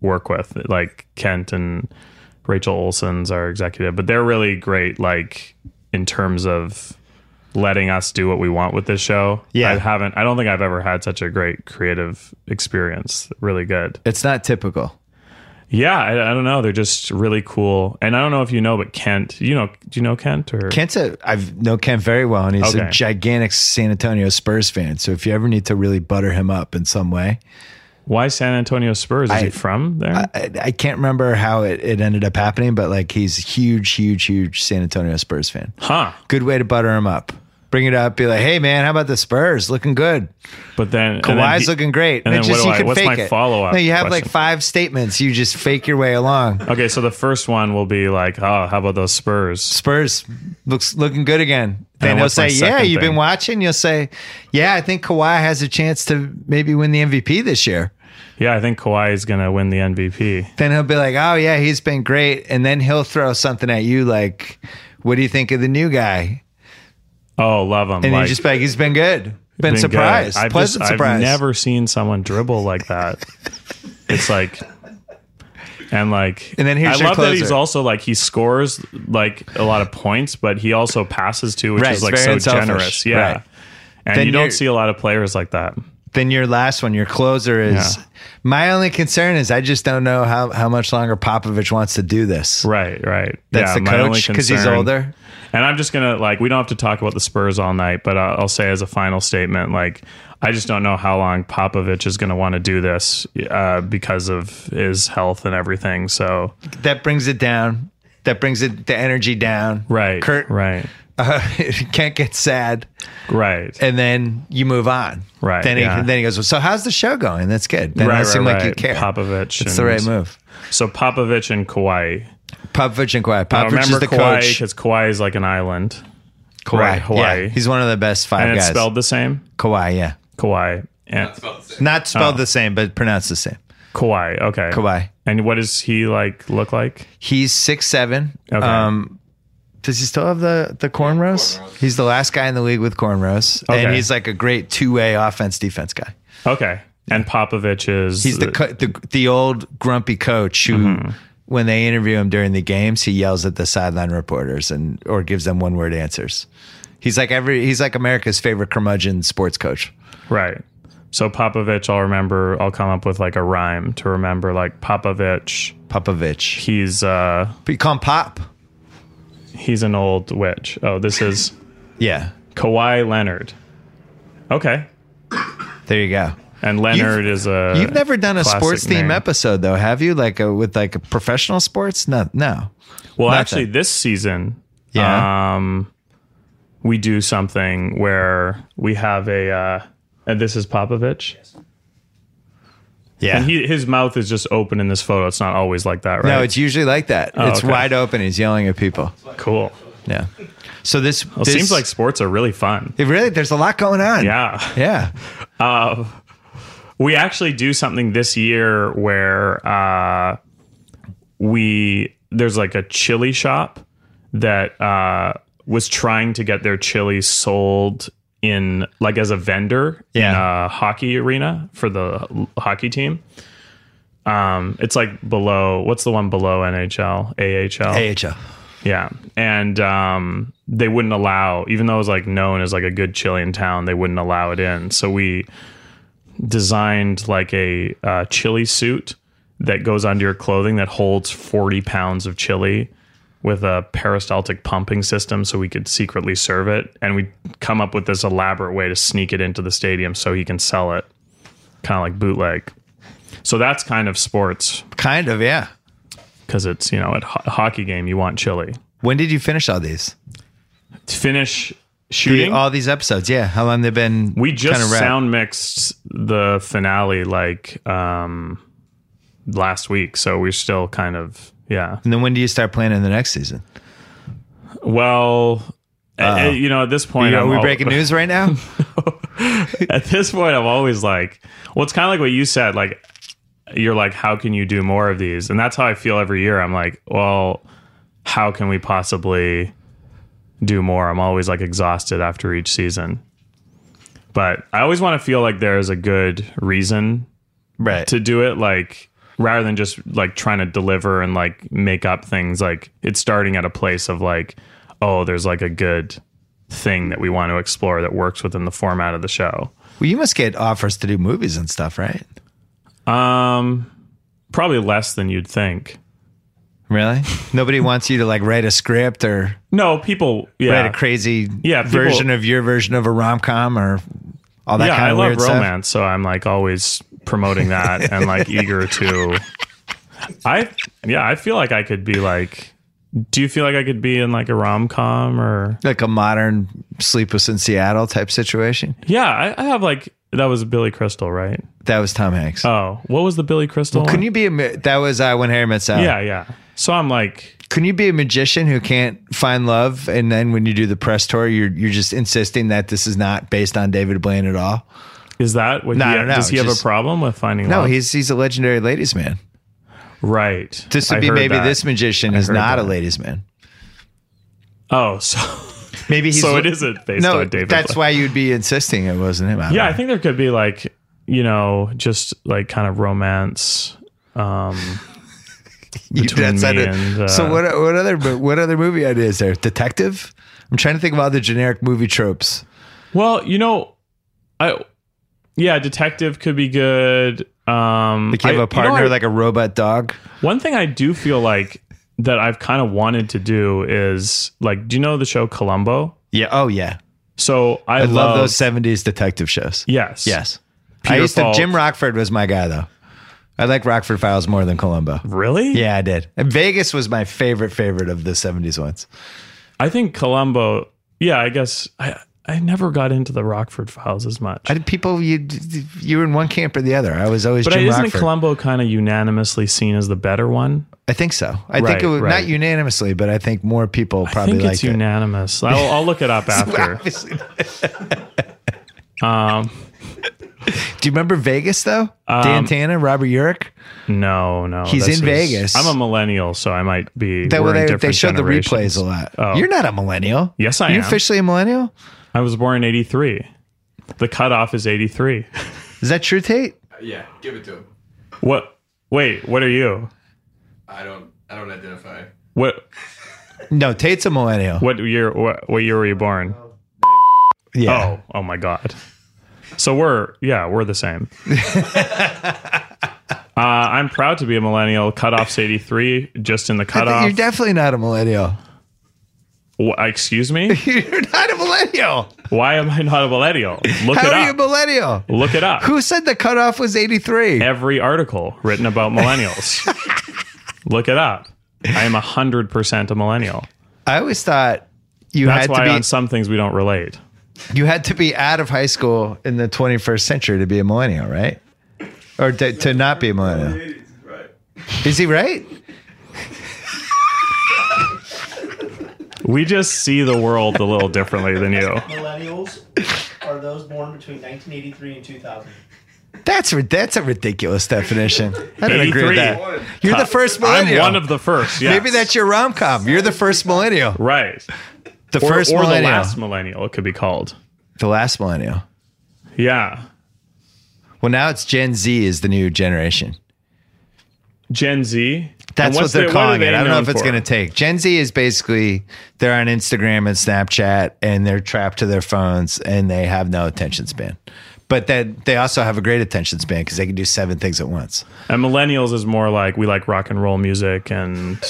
Speaker 3: work with, like Kent and Rachel Olson's our executive, but they're really great, like in terms of letting us do what we want with this show.
Speaker 2: Yeah.
Speaker 3: I haven't I don't think I've ever had such a great creative experience. Really good.
Speaker 2: it's not typical.
Speaker 3: Yeah, I, I don't know. They're just really cool. And I don't know if you know, but Kent, you know, do you know Kent or
Speaker 2: Kent's a I've know Kent very well, and he's a
Speaker 3: Okay.
Speaker 2: gigantic San Antonio Spurs fan. So if you ever need to really butter him up in some way,
Speaker 3: why San Antonio Spurs? Is
Speaker 2: I-
Speaker 3: he from there?
Speaker 2: I, I can't remember how it, it ended up happening, but like he's a huge, huge, huge San Antonio Spurs fan.
Speaker 3: huh.
Speaker 2: Good way to butter him up. Bring it up, be like, "Hey man, how about the Spurs? Looking good.
Speaker 3: But then and then
Speaker 2: Kawhi's
Speaker 3: he-
Speaker 2: looking great."
Speaker 3: and
Speaker 2: It's
Speaker 3: then what do I-
Speaker 2: can
Speaker 3: what's my
Speaker 2: it.
Speaker 3: follow-up
Speaker 2: No, you have like
Speaker 3: question?
Speaker 2: five statements. You just fake your way along.
Speaker 3: Okay, so the first one will be like, oh, how about those Spurs?
Speaker 2: Spurs looks looking good again. Then
Speaker 3: And
Speaker 2: he'll
Speaker 3: what's my
Speaker 2: say, "Yeah,
Speaker 3: second
Speaker 2: you've been
Speaker 3: thing?"
Speaker 2: watching." You'll say, "Yeah, I think Kawhi has a chance to maybe win the MVP this year."
Speaker 3: Yeah, I think Kawhi is gonna win the MVP.
Speaker 2: Then he'll be like, "Oh yeah, he's been great," and then he'll throw something at you like, "What do you think of the new guy?"
Speaker 3: Oh, love him.
Speaker 2: And
Speaker 3: like,
Speaker 2: you just be like, "He's been good, been,
Speaker 3: good.
Speaker 2: surprised,
Speaker 3: I've
Speaker 2: pleasant
Speaker 3: just-
Speaker 2: surprise."
Speaker 3: I've never seen someone dribble like that. it's like, and like,
Speaker 2: And then here's
Speaker 3: I
Speaker 2: your
Speaker 3: love that he's
Speaker 2: closer.
Speaker 3: also like he scores like a lot of points, but he also passes too, which
Speaker 2: Right,
Speaker 3: is like
Speaker 2: it's
Speaker 3: so
Speaker 2: very unselfish.
Speaker 3: generous. Yeah,
Speaker 2: Right.
Speaker 3: and
Speaker 2: Then
Speaker 3: you
Speaker 2: you're-
Speaker 3: don't see a lot of players like that.
Speaker 2: Then your last one, your closer is.
Speaker 3: Yeah.
Speaker 2: My only concern is I just don't know how how much longer Popovich wants to do this.
Speaker 3: Right, right.
Speaker 2: That's
Speaker 3: yeah,
Speaker 2: the
Speaker 3: my only
Speaker 2: coach because he's
Speaker 3: concern-
Speaker 2: older.
Speaker 3: And I'm just gonna like we don't have to talk about the Spurs all night, but uh, I'll, I'll say as a final statement, like I just don't know how long Popovich is gonna want to do this uh, because of his health and everything. So
Speaker 2: That brings it down. That brings it the energy down.
Speaker 3: right,
Speaker 2: Kurt
Speaker 3: right,
Speaker 2: uh, (laughs) can't get sad,
Speaker 3: right.
Speaker 2: and then you move on.
Speaker 3: Right,
Speaker 2: Then he
Speaker 3: yeah.
Speaker 2: then he goes. Well, so how's the show going? That's good. Then I
Speaker 3: right,
Speaker 2: seem like you care.
Speaker 3: Popovich.
Speaker 2: It's the right
Speaker 3: and-
Speaker 2: move.
Speaker 3: So Popovich and Kawhi.
Speaker 2: Popovich and Kawhi.
Speaker 3: I
Speaker 2: Popovich is
Speaker 3: remember
Speaker 2: the
Speaker 3: Kawhi
Speaker 2: coach.
Speaker 3: because Kawhi is like an island,
Speaker 2: Kawhi.
Speaker 3: right, Hawaii.
Speaker 2: Yeah, he's one of the best five
Speaker 3: and it's
Speaker 2: guys.
Speaker 3: spelled the same.
Speaker 2: Kawhi. Yeah,
Speaker 3: Kawhi and
Speaker 4: That's about the same.
Speaker 2: not spelled
Speaker 3: Oh.
Speaker 2: the same, but pronounced the same.
Speaker 3: Kawhi. Okay,
Speaker 2: Kawhi.
Speaker 3: And what does he like look like?
Speaker 2: He's six seven.
Speaker 3: Okay.
Speaker 2: Um, does he still have the the cornrows?
Speaker 4: cornrows.
Speaker 2: He's the last guy in the league with cornrows, and
Speaker 3: Okay.
Speaker 2: he's like a great two way offense defense guy.
Speaker 3: Okay. And Popovich is
Speaker 2: He's the co- the the old grumpy coach who,
Speaker 3: Mm-hmm.
Speaker 2: when they interview him during the games, he yells at the sideline reporters and or gives them one word answers. He's like every he's like America's favorite curmudgeon sports coach.
Speaker 3: right. So Popovich, I'll remember. I'll come up with like a rhyme to remember. Like Popovich,
Speaker 2: Popovich,
Speaker 3: he's uh
Speaker 2: but you call him Pop.
Speaker 3: he's an old witch. Oh, this is (laughs)
Speaker 2: Yeah,
Speaker 3: Kawhi Leonard. Okay.
Speaker 2: there you go.
Speaker 3: And Leonard is a.
Speaker 2: You've never done a
Speaker 3: Uh, classic
Speaker 2: sports theme
Speaker 3: name.
Speaker 2: episode though, have you? Like a, with like a professional sports? No, no.
Speaker 3: Well,
Speaker 2: Nothing.
Speaker 3: actually, this season,
Speaker 2: Yeah.
Speaker 3: um, we do something where we have a. Uh, and this is Popovich.
Speaker 2: yeah.
Speaker 3: And he, his mouth is just open in this photo. It's not always like that, right? Oh,
Speaker 2: no, it's usually like that. it's
Speaker 3: okay.
Speaker 2: wide open. He's yelling at people.
Speaker 3: cool.
Speaker 2: Yeah. So this,
Speaker 3: Well,
Speaker 2: this
Speaker 3: seems like sports are really fun.
Speaker 2: it really. There's a lot going on.
Speaker 3: Yeah.
Speaker 2: Yeah.
Speaker 3: we actually do something this year where uh, we there's like a chili shop that uh, was trying to get their chili sold in like as a vendor
Speaker 2: Yeah.
Speaker 3: in a hockey arena for the l- hockey team. Um, it's like below what's the one below NHL AHL
Speaker 2: AHL.
Speaker 3: yeah, and um, they wouldn't allow, even though it was like known as like a good chili in town, they wouldn't allow it in. So we designed like a uh, chili suit that goes under your clothing that holds forty pounds of chili with a peristaltic pumping system, so we could secretly serve it, and we come up with this elaborate way to sneak it into the stadium so he can sell it, kind of like bootleg. So that's kind of sports
Speaker 2: Kind of. Yeah.
Speaker 3: because it's you know at ho- a hockey game you want chili.
Speaker 2: When did you finish all these?
Speaker 3: to finish
Speaker 2: The-
Speaker 3: shooting.
Speaker 2: all these episodes. Yeah. How long they've been?
Speaker 3: we just
Speaker 2: kinda wrapped?
Speaker 3: sound mixed the finale like um last week, so we're still kind of yeah.
Speaker 2: And then when do you start planning the next season?
Speaker 3: Well, eh, eh, you know, at this point,
Speaker 2: Are
Speaker 3: I'm
Speaker 2: Uh, we
Speaker 3: al- (laughs)
Speaker 2: breaking news right now?
Speaker 3: At this point, I'm always like, well, it's kind of like what you said. Like, you're like, how can you do more of these? And that's how I feel every year. I'm like, well, how can we possibly do more? I'm always like exhausted after each season. But I always want to feel like there is a good reason
Speaker 2: right.
Speaker 3: to do it like rather than just like trying to deliver and like make up things like it's starting at a place of like oh there's like a good thing that we want to explore that works within the format of the show
Speaker 2: well, you must get offers to do movies and stuff, right?
Speaker 3: um probably less than you'd think
Speaker 2: Really?
Speaker 3: (laughs)
Speaker 2: Nobody wants you to like write a script or
Speaker 3: no people
Speaker 2: write
Speaker 3: yeah
Speaker 2: a crazy
Speaker 3: Yeah, people-
Speaker 2: version of your version of a rom com or all that
Speaker 3: yeah
Speaker 2: kind
Speaker 3: i
Speaker 2: of
Speaker 3: love
Speaker 2: weird stuff.
Speaker 3: romance so i'm like always promoting that
Speaker 2: (laughs)
Speaker 3: and like eager to i yeah i feel like i could be like do you feel like i could be in like a rom-com or
Speaker 2: Like a modern Sleepless in Seattle type situation.
Speaker 3: Yeah, I, I have like that was Billy Crystal, right?
Speaker 2: That was Tom Hanks.
Speaker 3: Oh, what was the Billy Crystal?
Speaker 2: Couldn't you be a ma- that was uh, when Harry Met Sally?
Speaker 3: yeah, yeah. So I'm like,
Speaker 2: Couldn't you be a magician who can't find love, and then when you do the press tour, you're you're just insisting that this is not based on David Blaine at all?
Speaker 3: is that what?
Speaker 2: No,
Speaker 3: he,
Speaker 2: no, no,
Speaker 3: does he have a
Speaker 2: just-
Speaker 3: problem with finding?
Speaker 2: No,
Speaker 3: love?
Speaker 2: he's he's a legendary ladies man.
Speaker 3: right.
Speaker 2: This would
Speaker 3: I
Speaker 2: be
Speaker 3: heard
Speaker 2: maybe
Speaker 3: that.
Speaker 2: this magician is
Speaker 3: heard
Speaker 2: not a
Speaker 3: that.
Speaker 2: ladies man.
Speaker 3: Oh, so
Speaker 2: Maybe he's
Speaker 3: so it isn't based
Speaker 2: no.
Speaker 3: on David.
Speaker 2: that's
Speaker 3: Blaine.
Speaker 2: why you'd be insisting it wasn't him. I don't
Speaker 3: Yeah,
Speaker 2: know.
Speaker 3: I think there could be like you know just like kind of romance. Um,
Speaker 2: You-
Speaker 3: between
Speaker 2: that's
Speaker 3: me
Speaker 2: it.
Speaker 3: and, uh,
Speaker 2: so what? What other? What other movie idea is there? Detective. I'm trying to think of all the generic movie tropes.
Speaker 3: well, you know, I yeah, detective could be good. Um,
Speaker 2: Like you have a
Speaker 3: I- know,
Speaker 2: partner,
Speaker 3: I-
Speaker 2: like a robot dog.
Speaker 3: One thing I do feel like that I've kind of wanted to do is like, do you know the show Columbo?
Speaker 2: Yeah. Oh yeah.
Speaker 3: So I,
Speaker 2: I
Speaker 3: love,
Speaker 2: love those 70s detective shows.
Speaker 3: Yes.
Speaker 2: Yes. I
Speaker 3: Peter
Speaker 2: used
Speaker 3: Falk.
Speaker 2: to. Jim Rockford was my guy though. I like Rockford Files more than Columbo.
Speaker 3: Really?
Speaker 2: Yeah, I did. And Vegas was my favorite favorite of the 70s ones.
Speaker 3: I think Columbo. Yeah, I guess I I never got into the Rockford Files as much.
Speaker 2: I did people you you were in one camp or the other. I was always
Speaker 3: but
Speaker 2: Jim
Speaker 3: isn't
Speaker 2: Rockford.
Speaker 3: Columbo kind of unanimously seen as the better one?
Speaker 2: I think so. I
Speaker 3: Right,
Speaker 2: think it was
Speaker 3: right.
Speaker 2: not unanimously, but I think more people probably
Speaker 3: I think it's
Speaker 2: liked it.
Speaker 3: unanimous. I'll, I'll look
Speaker 2: (laughs)
Speaker 3: it up after.
Speaker 2: Obviously.
Speaker 3: Um,
Speaker 2: Do you remember Vegas though? Dan Tana, Robert Urich.
Speaker 3: no, no.
Speaker 2: He's
Speaker 3: this
Speaker 2: in Vegas.
Speaker 3: I'm a millennial, so I might be.
Speaker 2: That
Speaker 3: we're
Speaker 2: were
Speaker 3: in
Speaker 2: they, they
Speaker 3: different
Speaker 2: showed the
Speaker 3: generations.
Speaker 2: replays a lot.
Speaker 3: Oh.
Speaker 2: You're not a millennial.
Speaker 3: Yes, I
Speaker 2: You're
Speaker 3: am.
Speaker 2: officially a millennial.
Speaker 3: I was born in 83. The cutoff is 83.
Speaker 2: Is that true, Tate?
Speaker 4: Uh, Yeah, give it to him.
Speaker 3: What? Wait, what are you?
Speaker 4: I don't. I don't identify.
Speaker 3: What?
Speaker 2: No, Tate's a millennial.
Speaker 3: What year? What, what year were you born?
Speaker 2: Yeah.
Speaker 3: Oh, oh my God. So we're yeah, we're
Speaker 2: (laughs)
Speaker 3: the same. uh, I'm proud to be a millennial. Cutoff's 83, just in the
Speaker 2: I think
Speaker 3: cutoff.
Speaker 2: You're definitely not a millennial. (laughs)
Speaker 3: Wh- excuse me.
Speaker 2: You're not a millennial.
Speaker 3: Why am I not a millennial? Look
Speaker 2: How
Speaker 3: it
Speaker 2: are you a
Speaker 3: up.
Speaker 2: millennial?
Speaker 3: Look it up.
Speaker 2: Who said the cutoff was 83?
Speaker 3: Every article
Speaker 2: (laughs)
Speaker 3: written about millennials. Look it up. I am hundred percent a millennial.
Speaker 2: I always thought you
Speaker 3: That's
Speaker 2: had
Speaker 3: why
Speaker 2: to be
Speaker 3: on some things we don't relate.
Speaker 2: you had to be out of high school in the 21st century to be a millennial, right? Or to, to not be a millennial.
Speaker 4: Right.
Speaker 2: Is he right?
Speaker 3: We just see the world a little differently than you.
Speaker 5: Millennials are those born between 1983 and 2000.
Speaker 2: That's ri- that's a ridiculous definition. I don't agree with
Speaker 3: 83.
Speaker 2: that. You're the first
Speaker 3: I'm
Speaker 2: millennial.
Speaker 3: one of the first. Yes.
Speaker 2: Maybe that's your rom com. You're the first millennial.
Speaker 3: right.
Speaker 2: The
Speaker 3: Or,
Speaker 2: first
Speaker 3: or the
Speaker 2: millennial.
Speaker 3: last millennial, it could be called.
Speaker 2: the last millennial.
Speaker 3: Yeah.
Speaker 2: Well, now it's Gen Z is the new generation.
Speaker 3: Gen Z. And
Speaker 2: That's what
Speaker 3: what's
Speaker 2: they're
Speaker 3: the- what are
Speaker 2: calling
Speaker 3: they
Speaker 2: it. I don't know
Speaker 3: known
Speaker 2: if it's
Speaker 3: for?
Speaker 2: going to take. Gen Z is basically they're on Instagram and Snapchat and they're trapped to their phones and they have no attention span. But then they also have a great attention span because they can do seven things at once.
Speaker 3: And millennials is more like we like rock and roll
Speaker 2: (laughs)
Speaker 3: music and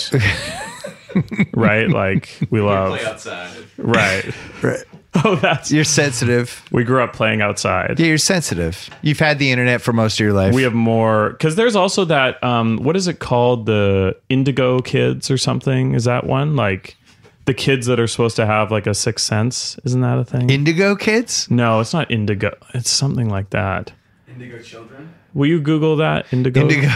Speaker 3: right, like we love
Speaker 4: Play outside.
Speaker 3: right.
Speaker 2: Right.
Speaker 3: (laughs) Oh, that's
Speaker 2: You're sensitive.
Speaker 3: we grew up playing outside.
Speaker 2: Yeah, you're sensitive. You've had the internet for most of your life.
Speaker 3: We have more because there's also that um, what is it called the Indigo Kids or something? Is that one like the kids that are supposed to have like a sixth sense? Isn't that a thing?
Speaker 2: Indigo kids?
Speaker 3: no, it's not Indigo. It's something like that.
Speaker 5: Indigo children.
Speaker 3: Will you Google that Indigo?
Speaker 2: Indigo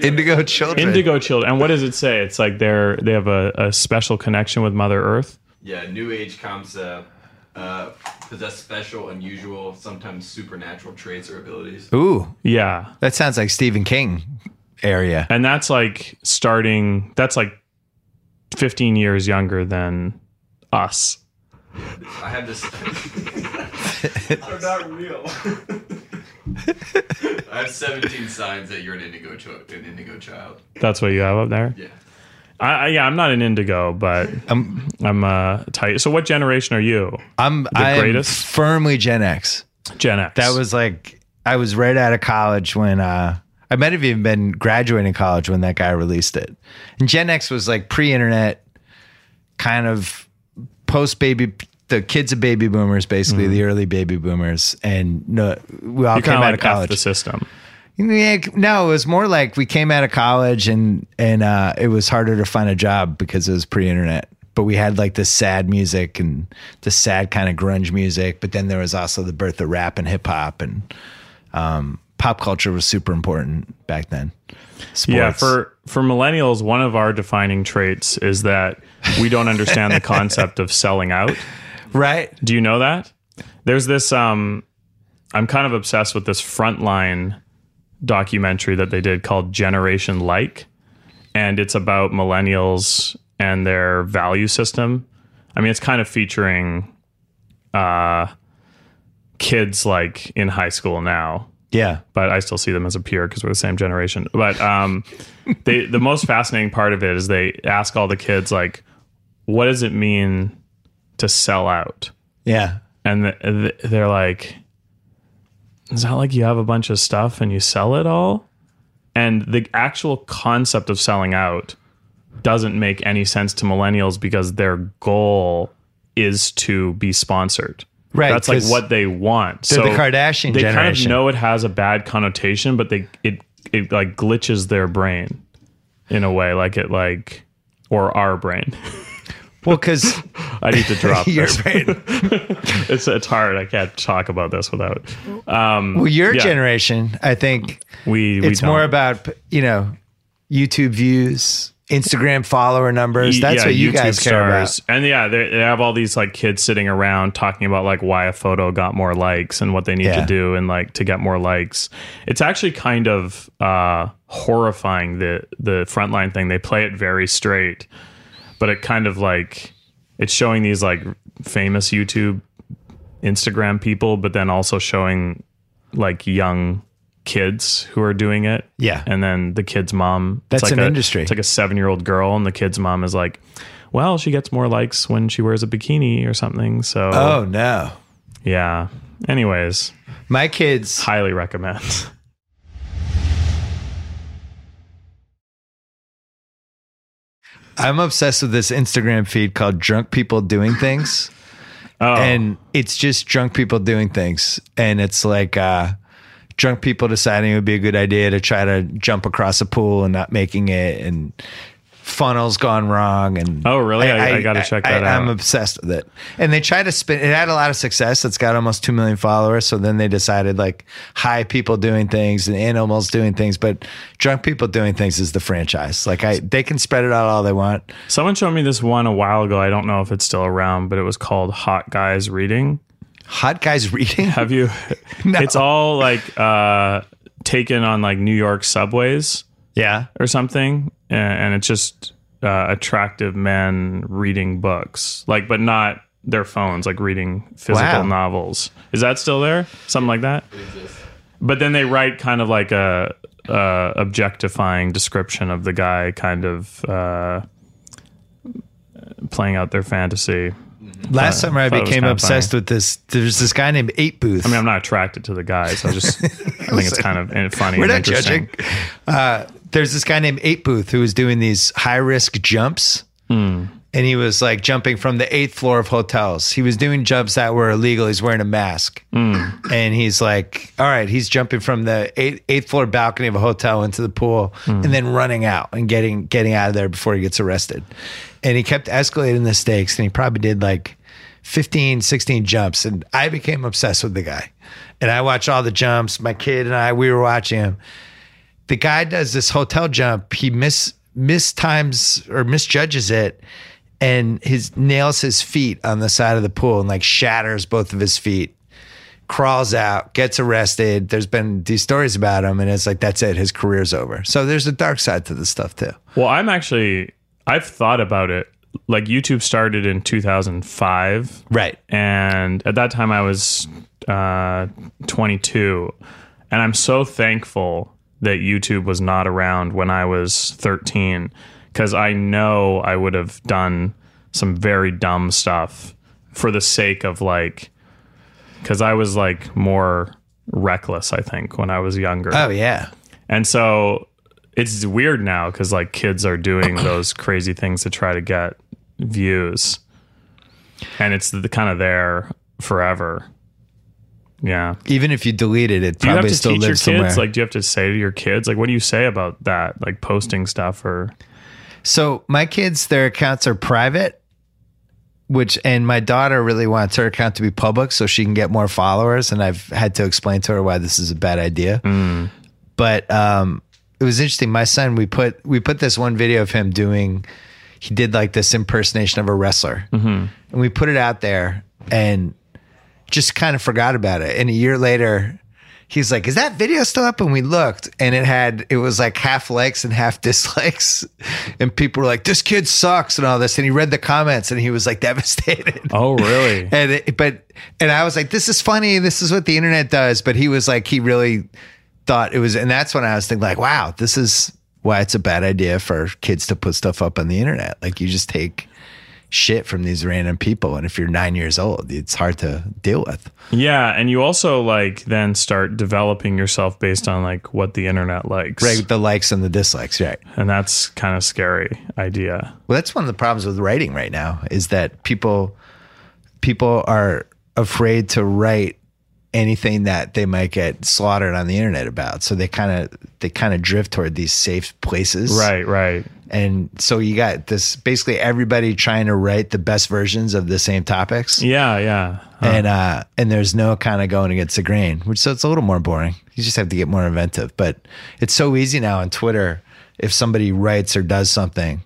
Speaker 2: Indigo (laughs) children.
Speaker 3: Indigo children. And what does it say? It's like they're they have a, a special connection with Mother Earth.
Speaker 4: Yeah, new age concept. Uh, possess special, unusual, sometimes supernatural traits or abilities.
Speaker 2: Ooh.
Speaker 3: Yeah.
Speaker 2: That sounds like Stephen King area.
Speaker 3: And that's like starting that's like 15 years younger than us.
Speaker 4: I have this.
Speaker 5: They're not real.
Speaker 4: (laughs) I have 17 signs that you're an indigo, cho- an indigo child.
Speaker 3: That's what you have up there.
Speaker 4: Yeah.
Speaker 3: I, I yeah, I'm not an indigo, but
Speaker 2: I'm
Speaker 3: I'm uh tight. So what generation are you?
Speaker 2: I'm I am
Speaker 3: greatest?
Speaker 2: firmly Gen X.
Speaker 3: Gen X.
Speaker 2: That was like I was right out of college when uh, I might have even been graduating college when that guy released it. And Gen X was like pre-internet, kind of post baby, the kids of baby boomers, basically the early baby boomers, and no, we all
Speaker 3: Mm-hmm.
Speaker 2: came
Speaker 3: you kind
Speaker 2: out
Speaker 3: of like
Speaker 2: of
Speaker 3: F the
Speaker 2: college.
Speaker 3: system.
Speaker 2: Yeah, no, it was more like we came out of college and and uh, it was harder to find a job because it was pre-internet. But we had like the sad music and the sad kind of grunge music. But then there was also the birth of rap and hip hop and um, pop culture was super important back then. Sports.
Speaker 3: Yeah, for for millennials, one of our defining traits is that we don't
Speaker 2: (laughs)
Speaker 3: understand the concept of selling out.
Speaker 2: right.
Speaker 3: Do you know that? There's this um I'm kind of obsessed with this frontline documentary that they did called Generation Like and it's about millennials and their value system. I mean, it's kind of featuring uh kids like in high school now
Speaker 2: Yeah,
Speaker 3: but I still see them as a peer because we're the same generation. But um, (laughs) they, the most fascinating part of it is they ask all the kids like, "What does it mean to sell out?"
Speaker 2: yeah.
Speaker 3: And th- th- they're like, "Is that like you have a bunch of stuff and you sell it all?" And the actual concept of selling out doesn't make any sense to millennials because their goal is to be sponsored.
Speaker 2: Right,
Speaker 3: That's like
Speaker 2: 'cause
Speaker 3: what they want. So
Speaker 2: the Kardashian
Speaker 3: they kind of
Speaker 2: generation.
Speaker 3: know it has a bad connotation, but they it it like glitches their brain in a way, like it like or our brain. (laughs)
Speaker 2: Well, because
Speaker 3: I
Speaker 2: (laughs)
Speaker 3: need to drop
Speaker 2: your
Speaker 3: this.
Speaker 2: brain.
Speaker 3: It's it's hard. I can't talk about this without
Speaker 2: Well, your
Speaker 3: Yeah.
Speaker 2: generation, I think,
Speaker 3: we. we
Speaker 2: it's more
Speaker 3: don't.
Speaker 2: about you know YouTube views, Instagram follower numbers. That's
Speaker 3: E, Yeah,
Speaker 2: what you
Speaker 3: YouTube
Speaker 2: guys care about.
Speaker 3: stars. And yeah, they, they have all these like kids sitting around talking about like why a photo got more likes and what they need
Speaker 2: Yeah.
Speaker 3: to do and like to get more likes. It's actually kind of uh, horrifying the the frontline thing. They play it very straight, but it kind of like it's showing these like famous YouTube, Instagram people, but then also showing like young kids who are doing it.
Speaker 2: Yeah.
Speaker 3: And then the kid's mom.
Speaker 2: That's
Speaker 3: it's like
Speaker 2: an
Speaker 3: a,
Speaker 2: industry.
Speaker 3: It's like a seven year old girl, and the kid's mom is like, well, she gets more likes when she wears a bikini or something. So,
Speaker 2: Oh no.
Speaker 3: yeah. Anyways,
Speaker 2: My kids
Speaker 3: highly recommend. (laughs)
Speaker 2: I'm obsessed with this Instagram feed called Drunk People Doing Things.
Speaker 3: Oh,
Speaker 2: And it's just drunk people doing things. And it's like uh, drunk people deciding it would be a good idea to try to jump across a pool and not making it and funnels gone wrong and
Speaker 3: Oh, really? I- I gotta check that
Speaker 2: I'm
Speaker 3: out.
Speaker 2: obsessed with it. And they try to spin it had a lot of success. It's got almost two million followers. So then they decided like high people doing things and animals doing things, but drunk people doing things is the franchise. Like I they can spread it out all they want.
Speaker 3: someone showed me this one a while ago. I don't know if it's still around, but it was called Hot Guys Reading.
Speaker 2: Hot guys (laughs) reading.
Speaker 3: Have you?
Speaker 2: No.
Speaker 3: It's all like uh, taken on like New York subways
Speaker 2: Yeah.
Speaker 3: or something, a- and it's just uh, attractive men reading books, like but not their phones, like reading physical
Speaker 2: Wow.
Speaker 3: novels. Is that still there? Something like that. But then they write kind of like a, uh objectifying description of the guy, kind of uh, playing out their fantasy.
Speaker 2: Last
Speaker 3: Uh,
Speaker 2: summer, I
Speaker 3: thought it was
Speaker 2: became
Speaker 3: kinda
Speaker 2: obsessed with this. There's this guy named Eight Booth.
Speaker 3: I mean, I'm not attracted to the guy, so
Speaker 2: (laughs)
Speaker 3: I just I think it's kind of in- funny.
Speaker 2: We're
Speaker 3: and
Speaker 2: not
Speaker 3: interesting.
Speaker 2: judging. Uh, there's this guy named Eight Booth who was doing these high risk jumps. And he was like jumping from the eighth floor of hotels. He was doing jumps that were illegal. He's wearing a mask. And he's like, all right, he's jumping from the eighth, eighth floor balcony of a hotel into the pool and then running out and getting getting out of there before he gets arrested. And he kept escalating the stakes and he probably did like 15, 16 jumps. And I became obsessed with the guy. And I watched all the jumps. My kid and I, we were watching him the guy does this hotel jump. He mis mistimes or misjudges it, and his nails his feet on the side of the pool and like shatters both of his feet. Crawls out, gets arrested. There's been these stories about him, and it's like that's it. His career's over. So there's a dark side to this stuff too.
Speaker 3: Well, I'm actually I've thought about it. Like YouTube started in 2005,
Speaker 2: Right.
Speaker 3: and at that time I was uh, 22, and I'm so thankful that YouTube was not around when I was 13 because I know I would have done some very dumb stuff for the sake of like because I was like more reckless I think when I was younger.
Speaker 2: Oh yeah.
Speaker 3: And so it's weird now because like kids
Speaker 2: (clears throat)
Speaker 3: are doing those crazy things to try to get views. And it's the, kind of there forever. Yeah.
Speaker 2: Even if you delete it, it
Speaker 3: Do you have
Speaker 2: probably
Speaker 3: to
Speaker 2: still
Speaker 3: teach your kids?
Speaker 2: lives somewhere.
Speaker 3: Like, do you have to say to your kids, like, what do you say about that? Like posting
Speaker 2: (laughs)
Speaker 3: stuff or
Speaker 2: So my kids, their accounts are private, which and my daughter really wants her account to be public so she can get more followers. And I've had to explain to her why this is a bad idea. But um, it was interesting. My son, we put we put this one video of him doing. He did like this impersonation of a wrestler, and we put it out there, and just kind of forgot about it. And a year later, he's like, "Is that video still up?" And we looked, and it had it was like half likes and half (laughs) dislikes, and people were like, "This kid sucks" and all this. And he read the comments, and he was like devastated.
Speaker 3: Oh really?
Speaker 2: And it, but and I was like, "This is funny. This is what the internet does." But he was like, he really thought it was, and that's when I was thinking, like, "Wow, this is why it's a bad idea for kids to put stuff up on the internet. Like, you just take." Shit from these random people, and if you're nine years old, it's hard to deal with.
Speaker 3: (laughs) Yeah. And you also like then start developing yourself based on like what the internet likes.
Speaker 2: Right, the likes and the dislikes, right?
Speaker 3: And that's kind of scary idea.
Speaker 2: Well, that's one of the problems with writing right now is that people people are afraid to write anything that they might get slaughtered on the internet about. So they kind of they kind of drift toward these safe places.
Speaker 3: Right, right.
Speaker 2: And so you got this basically everybody trying to write the best versions of the same topics.
Speaker 3: Yeah, yeah.
Speaker 2: And uh and there's no kind of going against the grain, which so it's a little more boring. You just have to get more inventive. But it's so easy now on Twitter if somebody writes or does something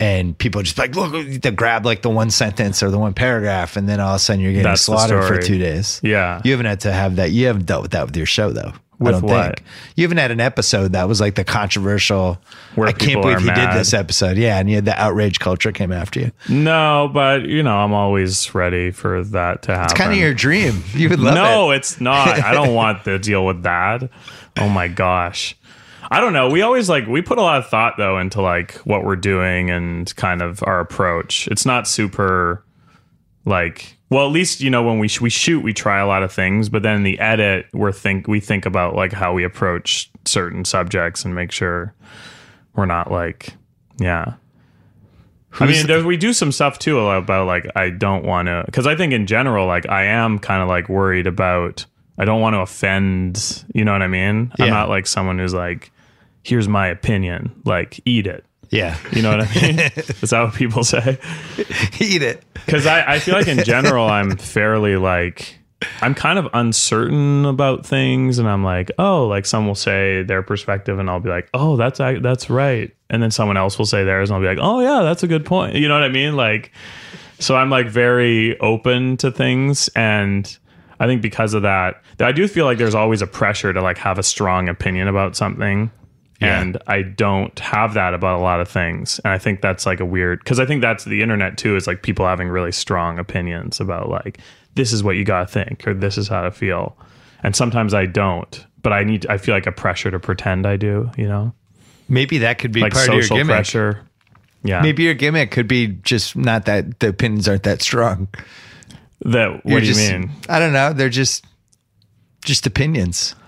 Speaker 2: and people just like look they grab like the one sentence or the one paragraph and then all of a sudden you're getting
Speaker 3: That's the
Speaker 2: slaughtered for
Speaker 3: story.
Speaker 2: two days.
Speaker 3: Yeah.
Speaker 2: You haven't had to have that you haven't dealt with that with your show though.
Speaker 3: With
Speaker 2: I don't
Speaker 3: what?
Speaker 2: think you haven't had an episode that was like the controversial.
Speaker 3: Where
Speaker 2: I can't
Speaker 3: people
Speaker 2: believe
Speaker 3: are
Speaker 2: he
Speaker 3: mad.
Speaker 2: did this episode. Yeah, and you had the outrage culture came after you.
Speaker 3: No, but you know, I'm always ready for that to happen.
Speaker 2: It's
Speaker 3: (laughs)
Speaker 2: kind of your dream. You would love
Speaker 3: no,
Speaker 2: it.
Speaker 3: it's not. I don't
Speaker 2: (laughs)
Speaker 3: want to deal with that. Oh my gosh. I don't know. We always like we put a lot of thought though into like what we're doing and kind of our approach. It's not super like well, at least you know when we sh- we shoot, we try a lot of things, but then in the edit, we're think we think about like how we approach certain subjects and make sure we're not like yeah. I mean, there, we do some stuff too about like I don't want to because I think in general, like I am kind of like worried about I don't want to offend. You know what I mean? I'm
Speaker 2: Yeah.
Speaker 3: not like someone who's like, here's my opinion, like eat it.
Speaker 2: Yeah,
Speaker 3: You know what I mean? Is that what people say?
Speaker 2: (laughs) eat it.
Speaker 3: Because I, I feel like in general, I'm fairly like, I'm kind of uncertain about things. And I'm like, oh, like some will say their perspective and I'll be like, oh, that's, ac- that's right. And then someone else will say theirs and I'll be like, oh, yeah, that's a good point. You know what I mean? Like, so I'm like very open to things. And I think because of that, I do feel like there's always a pressure to like have a strong opinion about something and I don't have that about a lot of things. And I think that's like a weird because I think that's the internet too is like people having really strong opinions about like this is what you gotta think or this is how to feel. And sometimes I don't, but I need I feel like a pressure to pretend I do. You know,
Speaker 2: Maybe that could be
Speaker 3: like
Speaker 2: part of your
Speaker 3: social
Speaker 2: gimmick.
Speaker 3: pressure. Yeah,
Speaker 2: Maybe your gimmick could be just not that the opinions aren't that strong.
Speaker 3: that.
Speaker 2: You're
Speaker 3: What do you
Speaker 2: just-
Speaker 3: mean?
Speaker 2: I don't know. They're just just opinions. (laughs)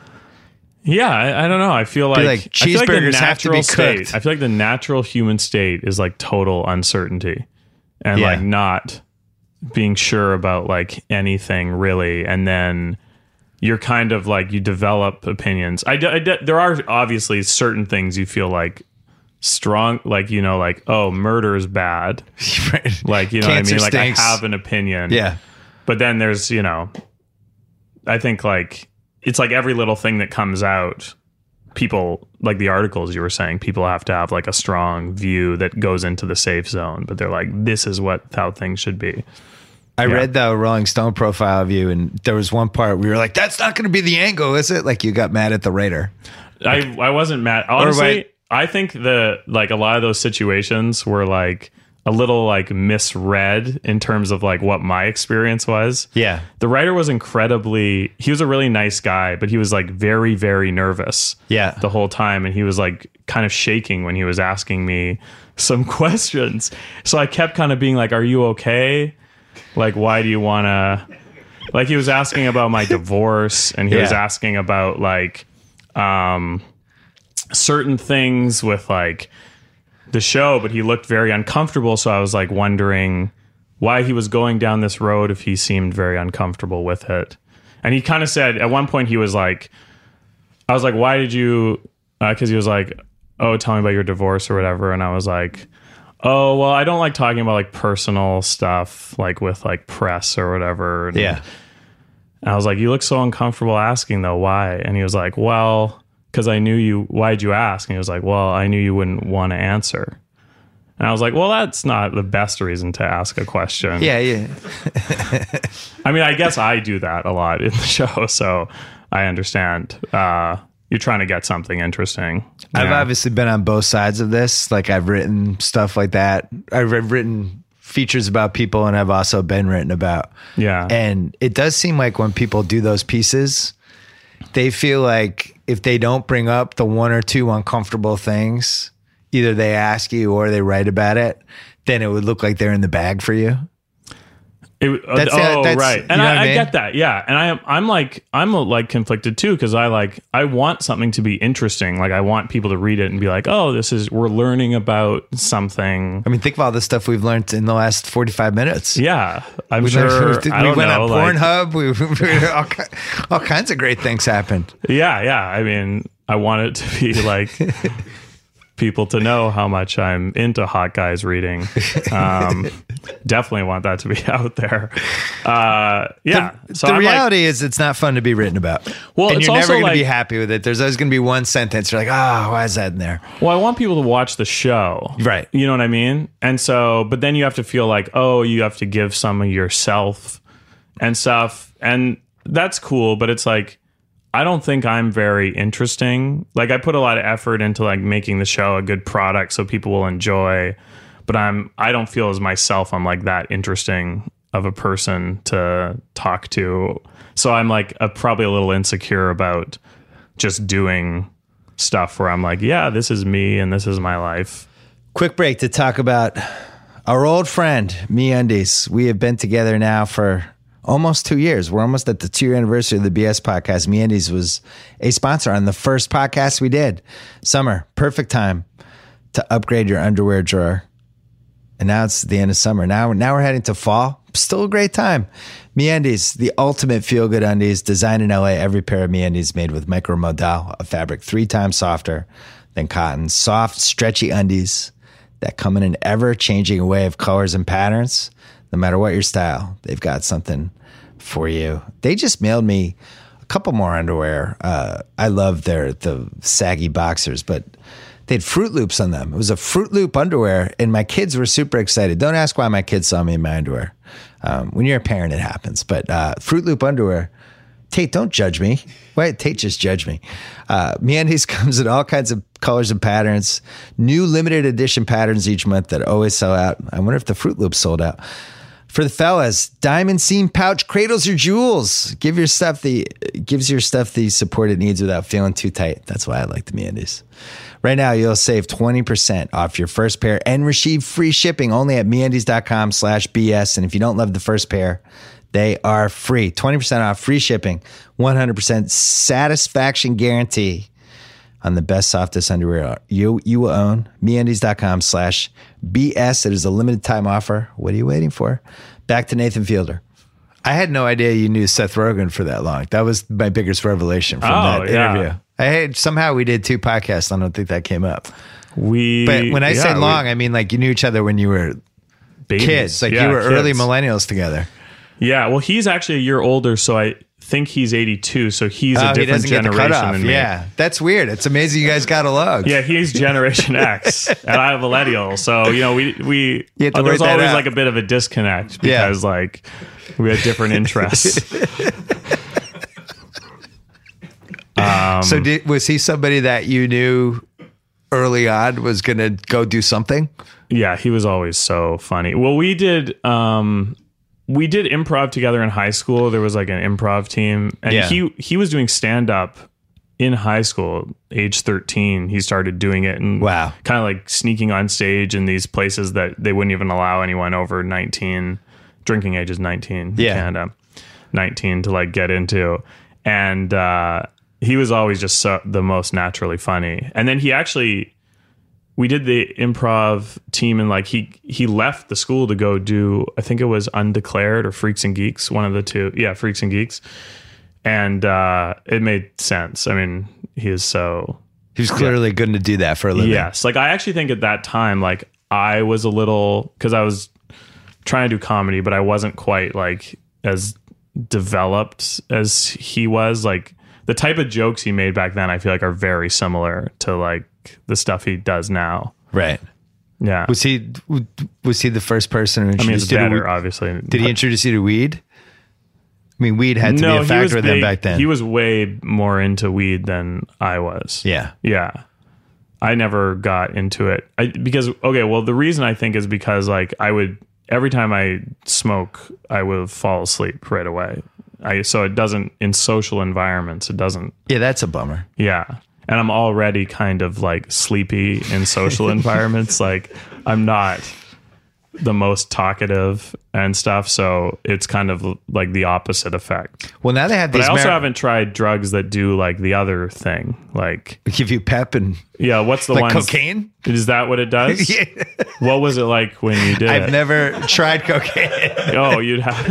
Speaker 3: Yeah, I, I don't know. I feel like,
Speaker 2: like,
Speaker 3: I feel the
Speaker 2: cheeseburgers have to be
Speaker 3: natural state.
Speaker 2: cooked.
Speaker 3: I feel like the natural human state is like total uncertainty and
Speaker 2: Yeah.
Speaker 3: like not being sure about like anything really. And then you're kind of like you develop opinions. I, d- I d- there are obviously certain things you feel like strong, like you know, like oh, murder is bad.
Speaker 2: right.
Speaker 3: Like you know,
Speaker 2: Cancer
Speaker 3: what I mean, like
Speaker 2: stinks.
Speaker 3: I have an opinion.
Speaker 2: Yeah.
Speaker 3: But then there's, you know, I think like it's like every little thing that comes out, people like the articles you were saying, people have to have like a strong view that goes into the safe zone, but they're like, this is what how things should be.
Speaker 2: I read the Rolling Stone profile of you, and there was one part where you were like, "That's not going to be the angle, is it?" Like you got mad at the writer.
Speaker 3: I I wasn't mad. Honestly,
Speaker 2: wait.
Speaker 3: I think the like a lot of those situations were like a little like misread in terms of like what my experience was.
Speaker 2: Yeah.
Speaker 3: The writer was incredibly he was a really nice guy, but he was like very, very nervous.
Speaker 2: Yeah.
Speaker 3: The whole time. And he was like kind of shaking when he was asking me (laughs) some questions. So I kept kind of being like, Are you okay? Like, why do you wanna like he was asking about my divorce and he was
Speaker 2: Yeah.
Speaker 3: asking about like um certain things with like the show, but he looked very uncomfortable. So I was like wondering why he was going down this road if he seemed very uncomfortable with it. And he kind of said at one point he was like, I was like, why did you? Because he was like, oh, tell me about your divorce or whatever. And I was like, oh, well, I don't like talking about like personal stuff, like with like press or whatever. And and I was like, You look so uncomfortable asking, though. Why? And he was like, Well, because I knew you. Why'd you ask? And he was like, Well, I knew you wouldn't want to answer. And I was like, Well, that's not the best reason to ask a question.
Speaker 2: Yeah. Yeah.
Speaker 3: I mean, I guess I do that a lot in the (laughs) show. So I understand. Uh, you're trying to get something interesting.
Speaker 2: I've
Speaker 3: Yeah.
Speaker 2: obviously been on both sides of this. Like I've written stuff like that. I've I've written features about people, and I've also been written about.
Speaker 3: Yeah.
Speaker 2: And it does seem like when people do those pieces, they feel like if they don't bring up the one or two uncomfortable things, either they ask you or they write about it, then it would look like they're in the bag for you.
Speaker 3: It, uh,
Speaker 2: That's-
Speaker 3: oh,
Speaker 2: that's-
Speaker 3: right.
Speaker 2: you
Speaker 3: And
Speaker 2: know
Speaker 3: I,
Speaker 2: what
Speaker 3: I,
Speaker 2: I mean?
Speaker 3: get that. Yeah. And I am, I'm like, I'm uh, like conflicted too. Cause I like, I want something to be interesting. Like I want people to read it and be like, oh, this is, we're learning about something.
Speaker 2: I mean, think of all the stuff we've learned in the last 45 minutes.
Speaker 3: Yeah.
Speaker 2: (laughs)
Speaker 3: I'm
Speaker 2: We, learned- (laughs) we
Speaker 3: sure. I don't
Speaker 2: went
Speaker 3: know.
Speaker 2: on
Speaker 3: like-
Speaker 2: Pornhub. We, (laughs) we, all, ki- all kinds of great things happened.
Speaker 3: yeah. Yeah. I mean, I want it
Speaker 2: (laughs)
Speaker 3: to be like people to know how much I'm into hot guys reading. Um, definitely want that to be (laughs) out there. Uh, yeah. so
Speaker 2: the
Speaker 3: I'm like,
Speaker 2: reality is, it's not fun to be written about.
Speaker 3: Well,
Speaker 2: and
Speaker 3: it's
Speaker 2: you're never
Speaker 3: also
Speaker 2: going to be
Speaker 3: like-
Speaker 2: happy with it. There's always going to be one sentence you're like, ah, why is that in there?
Speaker 3: Well, I want people to watch the show.
Speaker 2: Right.
Speaker 3: You know what I mean? And so, but then you have to feel like, oh, you have to give some of yourself and stuff. And that's cool, but it's like, I don't think I'm very interesting. Like I put a lot of effort into like making the show a good product so people will enjoy, but I'm I don't feel as myself I'm like that interesting of a person to talk to. So I'm like a, probably a little insecure about just doing stuff where I'm like, yeah, this is me and this is my life.
Speaker 2: Quick break to talk about our old friend, Me Undies. We have been together now for almost two years. We're almost at the two year anniversary of the BS podcast. Me Undies was a sponsor on the first podcast we did. Summer, perfect time to upgrade your underwear drawer. And now it's the end of summer. Now, now we're heading to fall. Still a great time. MeUndies, the ultimate feel-good undies, designed in LA. Every pair of MeUndies made with micromodal, a fabric three times softer than cotton. Soft, stretchy undies that come in an ever-changing array of colors and patterns. No matter what your style, they've got something for you. They just mailed me a couple more underwear. Uh, I love their the saggy boxers, but they had Fruit Loops on them. It was a Fruit Loop underwear, and my kids were super excited. Don't ask why my kids saw me in my underwear. Um, when you're a parent, it happens. But uh, Fruit Loop underwear. Tate, don't judge me. Wait, Tate just judged me. Uh, MeUndies (laughs) comes in all kinds of colors and patterns. New limited edition patterns each month that always sell out. I wonder if the Fruit Loops sold out. For the fellas, diamond seam pouch cradles your jewels. Give your stuff the gives your stuff the support it needs without feeling too tight. That's why I like the MeUndies. Right now, you'll save 20% off your first pair and receive free shipping only at MeUndies.com slash BS. And if you don't love the first pair, they are free. 20% off, free shipping, 100% satisfaction guarantee on the best, softest underwear you, you will own. MeUndies.com slash BS. It is a limited time offer. What are you waiting for? Back to Nathan Fielder. I had no idea you knew Seth Rogen for that long. That was my biggest revelation from
Speaker 3: Oh,
Speaker 2: that
Speaker 3: yeah.
Speaker 2: interview. I had, somehow we did two podcasts. I don't think that came up.
Speaker 3: We
Speaker 2: But when I
Speaker 3: yeah,
Speaker 2: say
Speaker 3: we-
Speaker 2: long, I mean like you knew each other when you were
Speaker 3: babies.
Speaker 2: kids, like
Speaker 3: Yeah,
Speaker 2: you were early
Speaker 3: kids.
Speaker 2: millennials together.
Speaker 3: Yeah, well, he's actually a year older, so I think he's 82, so he's a
Speaker 2: Oh, he
Speaker 3: different
Speaker 2: doesn't get the
Speaker 3: generation
Speaker 2: cutoff.
Speaker 3: than me.
Speaker 2: Yeah, that's weird. It's amazing you guys got along.
Speaker 3: Yeah,
Speaker 2: (laughs)
Speaker 3: he's Generation X, and I'm a millennial. So you know, we we
Speaker 2: You have to
Speaker 3: uh, there's
Speaker 2: work that
Speaker 3: always
Speaker 2: out.
Speaker 3: like a bit of a disconnect
Speaker 2: Yeah.
Speaker 3: because like we had
Speaker 2: (laughs)
Speaker 3: different interests. Um,
Speaker 2: so did, was he somebody that you knew early on was going to go do something?
Speaker 3: yeah, he was always so funny. Well, we did um we did improv together in high school. There was like an improv team, and
Speaker 2: Yeah.
Speaker 3: he he was doing stand up in high school, age thirteen. He started doing it and
Speaker 2: Wow.
Speaker 3: kind of like sneaking on stage in these places that they wouldn't even allow anyone over nineteen. Drinking age is nineteen.
Speaker 2: Yeah.
Speaker 3: in Canada, nineteen to like get into, and uh, he was always just so, the most naturally funny. And then he actually we did the improv team and like he he left the school to go do I think it was undeclared or freaks and geeks one of the two yeah freaks and geeks and uh it made sense I mean he is so
Speaker 2: He was clearly going to do that for a living.
Speaker 3: yes like I actually think at that time like I was a little cuz I was trying to do comedy but I wasn't quite like as developed as he was like the type of jokes he made back then I feel like are very similar to like the stuff he does now
Speaker 2: right.
Speaker 3: yeah
Speaker 2: Was he was he the first person who
Speaker 3: I mean, it's
Speaker 2: introduced you to
Speaker 3: better,
Speaker 2: weed?
Speaker 3: obviously.
Speaker 2: Did he introduce you to weed? I mean, weed had to be a factor then
Speaker 3: big-
Speaker 2: back then.
Speaker 3: He was way more into weed than I was.
Speaker 2: yeah.
Speaker 3: Yeah. I never got into it. I, because, okay, well, the reason I think is because, like, I would, every time I smoke, I would fall asleep right away. I, so it doesn't, in social environments, it doesn't,
Speaker 2: Yeah, that's a bummer.
Speaker 3: yeah. And I'm already kind of like sleepy
Speaker 2: (laughs)
Speaker 3: in social environments. Like, I'm not the most talkative and stuff. So it's kind of like the opposite effect.
Speaker 2: Well, now they have
Speaker 3: But
Speaker 2: these
Speaker 3: I also
Speaker 2: mar-
Speaker 3: haven't tried drugs that do like the other thing. Like,
Speaker 2: give you pep and
Speaker 3: yeah, what's the
Speaker 2: like
Speaker 3: one?
Speaker 2: cocaine.
Speaker 3: Is that what it
Speaker 2: (laughs)
Speaker 3: does?
Speaker 2: Yeah.
Speaker 3: What was it like when you did
Speaker 2: I've
Speaker 3: it?
Speaker 2: never tried cocaine. (laughs)
Speaker 3: oh, you'd (laughs) have.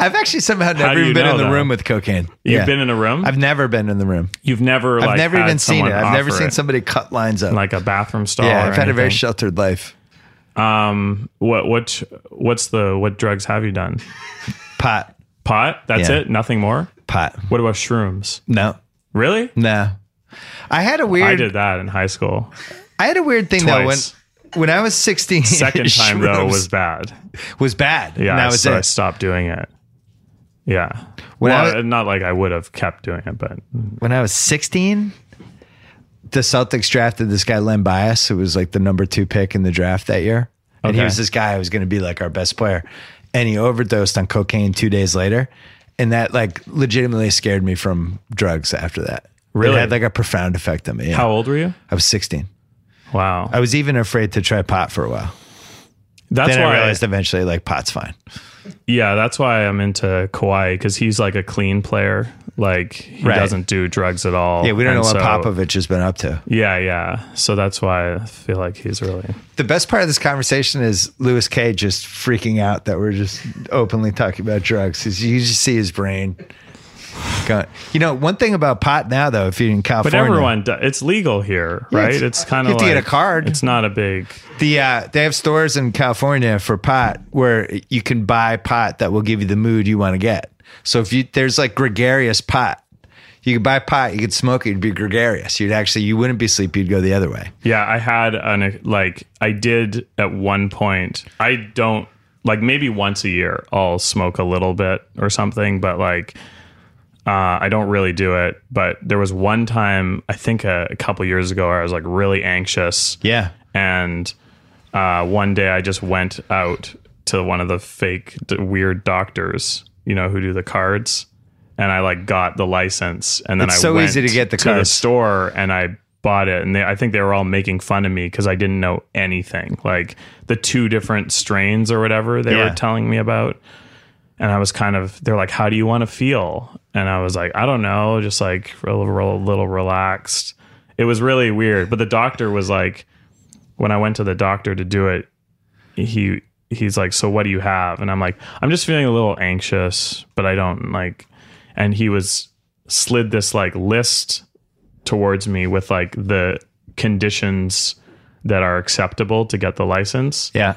Speaker 2: I've actually somehow
Speaker 3: do
Speaker 2: never
Speaker 3: you
Speaker 2: even been
Speaker 3: know
Speaker 2: in the
Speaker 3: that?
Speaker 2: room with cocaine.
Speaker 3: You've been in a room.
Speaker 2: I've never been in the room.
Speaker 3: You've never.
Speaker 2: I've
Speaker 3: like,
Speaker 2: never
Speaker 3: had
Speaker 2: even seen it.
Speaker 3: someone
Speaker 2: I've never
Speaker 3: offer
Speaker 2: seen
Speaker 3: it,
Speaker 2: somebody cut lines up.
Speaker 3: like a bathroom stall.
Speaker 2: yeah,
Speaker 3: or
Speaker 2: I've had a very
Speaker 3: anything.
Speaker 2: sheltered life.
Speaker 3: um. What what what's the what drugs have you done?
Speaker 2: Pot,
Speaker 3: Pot. That's
Speaker 2: Yeah.
Speaker 3: it. Nothing more.
Speaker 2: pot.
Speaker 3: What about shrooms?
Speaker 2: No,
Speaker 3: Really?
Speaker 2: no. I had a weird.
Speaker 3: I did that in
Speaker 2: (laughs)
Speaker 3: high school.
Speaker 2: I had a weird thing
Speaker 3: Twice.
Speaker 2: though when when I was sixteen. (laughs)
Speaker 3: Second time though
Speaker 2: shrooms
Speaker 3: was bad.
Speaker 2: was bad.
Speaker 3: Yeah,
Speaker 2: and that was
Speaker 3: so I
Speaker 2: it.
Speaker 3: stopped doing it. Yeah.
Speaker 2: When I
Speaker 3: well,
Speaker 2: was-
Speaker 3: not like I would have kept doing it, but
Speaker 2: when I was 16, the Celtics drafted this guy, Len Bias, who was like the number two pick in the draft that year. And he
Speaker 3: Okay.
Speaker 2: was this guy who was going to be like our best player. And he overdosed on cocaine two days later. And that like legitimately scared me from drugs after that.
Speaker 3: Really?
Speaker 2: It had like a profound effect on me. yeah.
Speaker 3: how old were you?
Speaker 2: I was 16.
Speaker 3: Wow.
Speaker 2: I was even afraid to try pot for a while.
Speaker 3: That's
Speaker 2: then
Speaker 3: why
Speaker 2: I realized eventually like pot's fine.
Speaker 3: Yeah, that's why I'm into Kawhi because he's like a clean player. Like he
Speaker 2: Right.
Speaker 3: doesn't do drugs at all.
Speaker 2: Yeah, we don't
Speaker 3: And
Speaker 2: know what
Speaker 3: so-
Speaker 2: Popovich has been up to.
Speaker 3: Yeah, yeah. So that's why I feel like he's really.
Speaker 2: The best part of this conversation is Louis K just freaking out that we're just openly talking about drugs. 'cause You just see his brain. Going. You know, one thing about pot now, though, if you're in
Speaker 3: But
Speaker 2: California,
Speaker 3: everyone, do, it's legal here,
Speaker 2: Yeah,
Speaker 3: right?
Speaker 2: it's-
Speaker 3: It's, kind of
Speaker 2: if
Speaker 3: like
Speaker 2: you get a card.
Speaker 3: It's not a big.
Speaker 2: the uh, they have stores in California for pot where you can buy pot that will give you the mood you want to get. So if you there's like gregarious pot, you could buy pot, you could smoke it, you'd be gregarious. You'd actually you wouldn't be sleepy, you'd go the other way.
Speaker 3: Yeah, I had an like I did at one point. I don't like maybe once a year I'll smoke a little bit or something, but like uh, I don't really do it. But there was one time I think a, a couple years ago where I was like really anxious.
Speaker 2: Yeah,
Speaker 3: and uh, one day I just went out to one of the fake d- weird doctors, you know, who do the cards, and I like got the license, and then
Speaker 2: It's
Speaker 3: I
Speaker 2: so
Speaker 3: went
Speaker 2: easy to get the
Speaker 3: to the
Speaker 2: cards.
Speaker 3: store and I bought it, and they, I think they were all making fun of me because I didn't know anything, like the two different strains or whatever they
Speaker 2: Yeah.
Speaker 3: were telling me about. And I was kind of, they're like, how do you want to feel? And I was like, I don't know, just like a little, little relaxed. It was really weird. But the doctor was like, when I went to the doctor to do it, he he's like, "So what do you have?" And I'm like, "I'm just feeling a little anxious, but I don't like." And he was slid this like list towards me with like the conditions that are acceptable to get the license.
Speaker 2: yeah.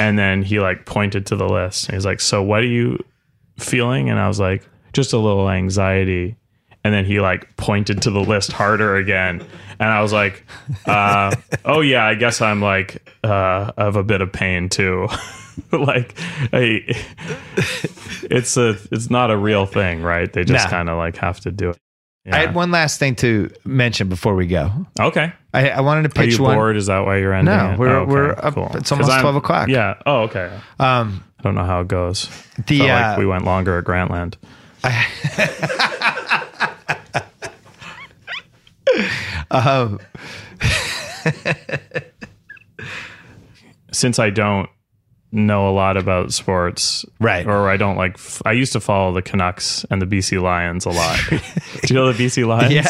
Speaker 3: And then he like pointed to the list and he's like, So what are you feeling? And I was like, Just a little anxiety. And then he like pointed to the list harder again. And I was like, uh, Oh, yeah, I guess I'm like, uh, of a bit of pain too. (laughs) like, I, it's a, it's not a real thing, right? They just
Speaker 2: Nah.
Speaker 3: kind of like have to do it.
Speaker 2: I
Speaker 3: Yeah.
Speaker 2: had one last thing to mention before we go.
Speaker 3: okay.
Speaker 2: I, I wanted to
Speaker 3: Are
Speaker 2: pitch
Speaker 3: you
Speaker 2: one.
Speaker 3: bored? Is that why you're ending?
Speaker 2: No,
Speaker 3: it?
Speaker 2: we're-
Speaker 3: Oh, okay,
Speaker 2: we're up- it's
Speaker 3: 'Cause
Speaker 2: almost
Speaker 3: I'm-
Speaker 2: 12 o'clock.
Speaker 3: Yeah. Oh, okay.
Speaker 2: Um,
Speaker 3: I don't know how it goes.
Speaker 2: the
Speaker 3: Felt
Speaker 2: uh,
Speaker 3: like we went longer
Speaker 2: (laughs)
Speaker 3: at Grantland.
Speaker 2: Um, (laughs)
Speaker 3: Since I don't know a lot about sports,
Speaker 2: Right.
Speaker 3: Or I don't like. F- I used to follow the Canucks and the BC Lions a lot. (laughs) Do
Speaker 2: (laughs)
Speaker 3: you know the BC Lions?
Speaker 2: Yeah.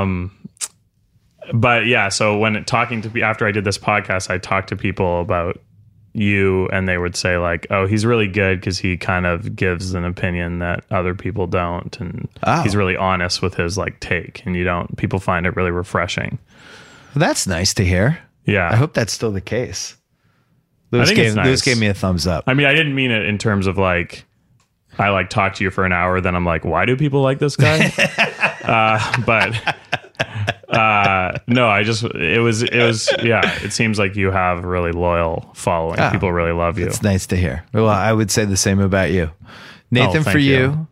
Speaker 3: Um, But yeah, so when talking to pe- after I did this podcast, I talked to people about you, and they would say like, "Oh, he's really good because he kind of gives an opinion that other people don't, and
Speaker 2: Oh.
Speaker 3: he's really honest with his like take, and you don't. People find it really refreshing."
Speaker 2: that's nice to hear.
Speaker 3: Yeah,
Speaker 2: I hope that's still the case. Lewis
Speaker 3: think
Speaker 2: gave,
Speaker 3: it's nice.
Speaker 2: Lewis gave me a thumbs up.
Speaker 3: I mean, I didn't mean it in terms of like, I like talk to you for an hour, then I'm like, why do people like this
Speaker 2: (laughs)
Speaker 3: guy? uh, but uh, no, I just it was it was yeah. It seems like you have a really loyal following.
Speaker 2: Oh,
Speaker 3: people really love you.
Speaker 2: It's nice to hear. Well, I would say the same about you, Nathan.
Speaker 3: Oh, thank
Speaker 2: for you,
Speaker 3: you.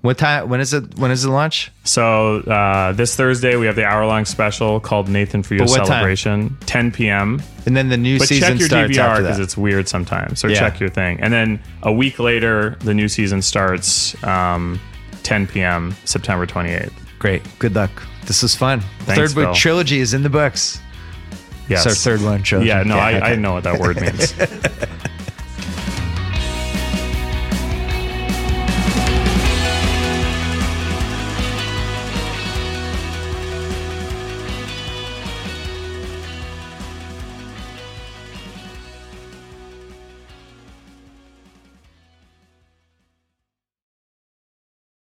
Speaker 2: what time? When is it? When is the launch?
Speaker 3: So uh, this Thursday we have the hour long special called Nathan for You
Speaker 2: But what time?
Speaker 3: Celebration, 10 p.m.
Speaker 2: And then the new
Speaker 3: But
Speaker 2: season
Speaker 3: check your
Speaker 2: starts
Speaker 3: DVR
Speaker 2: after that.
Speaker 3: because it's weird sometimes. Or
Speaker 2: Yeah.
Speaker 3: check your thing, and then a week later the new season starts, um, 10 p.m. September 28th.
Speaker 2: Great. Good luck. This was fun.
Speaker 3: Thanks,
Speaker 2: third book
Speaker 3: Phil.
Speaker 2: trilogy is in the books.
Speaker 3: Yes.
Speaker 2: It's our third one trilogy.
Speaker 3: Yeah, no, I,
Speaker 2: okay. (laughs)
Speaker 3: I know what that word means.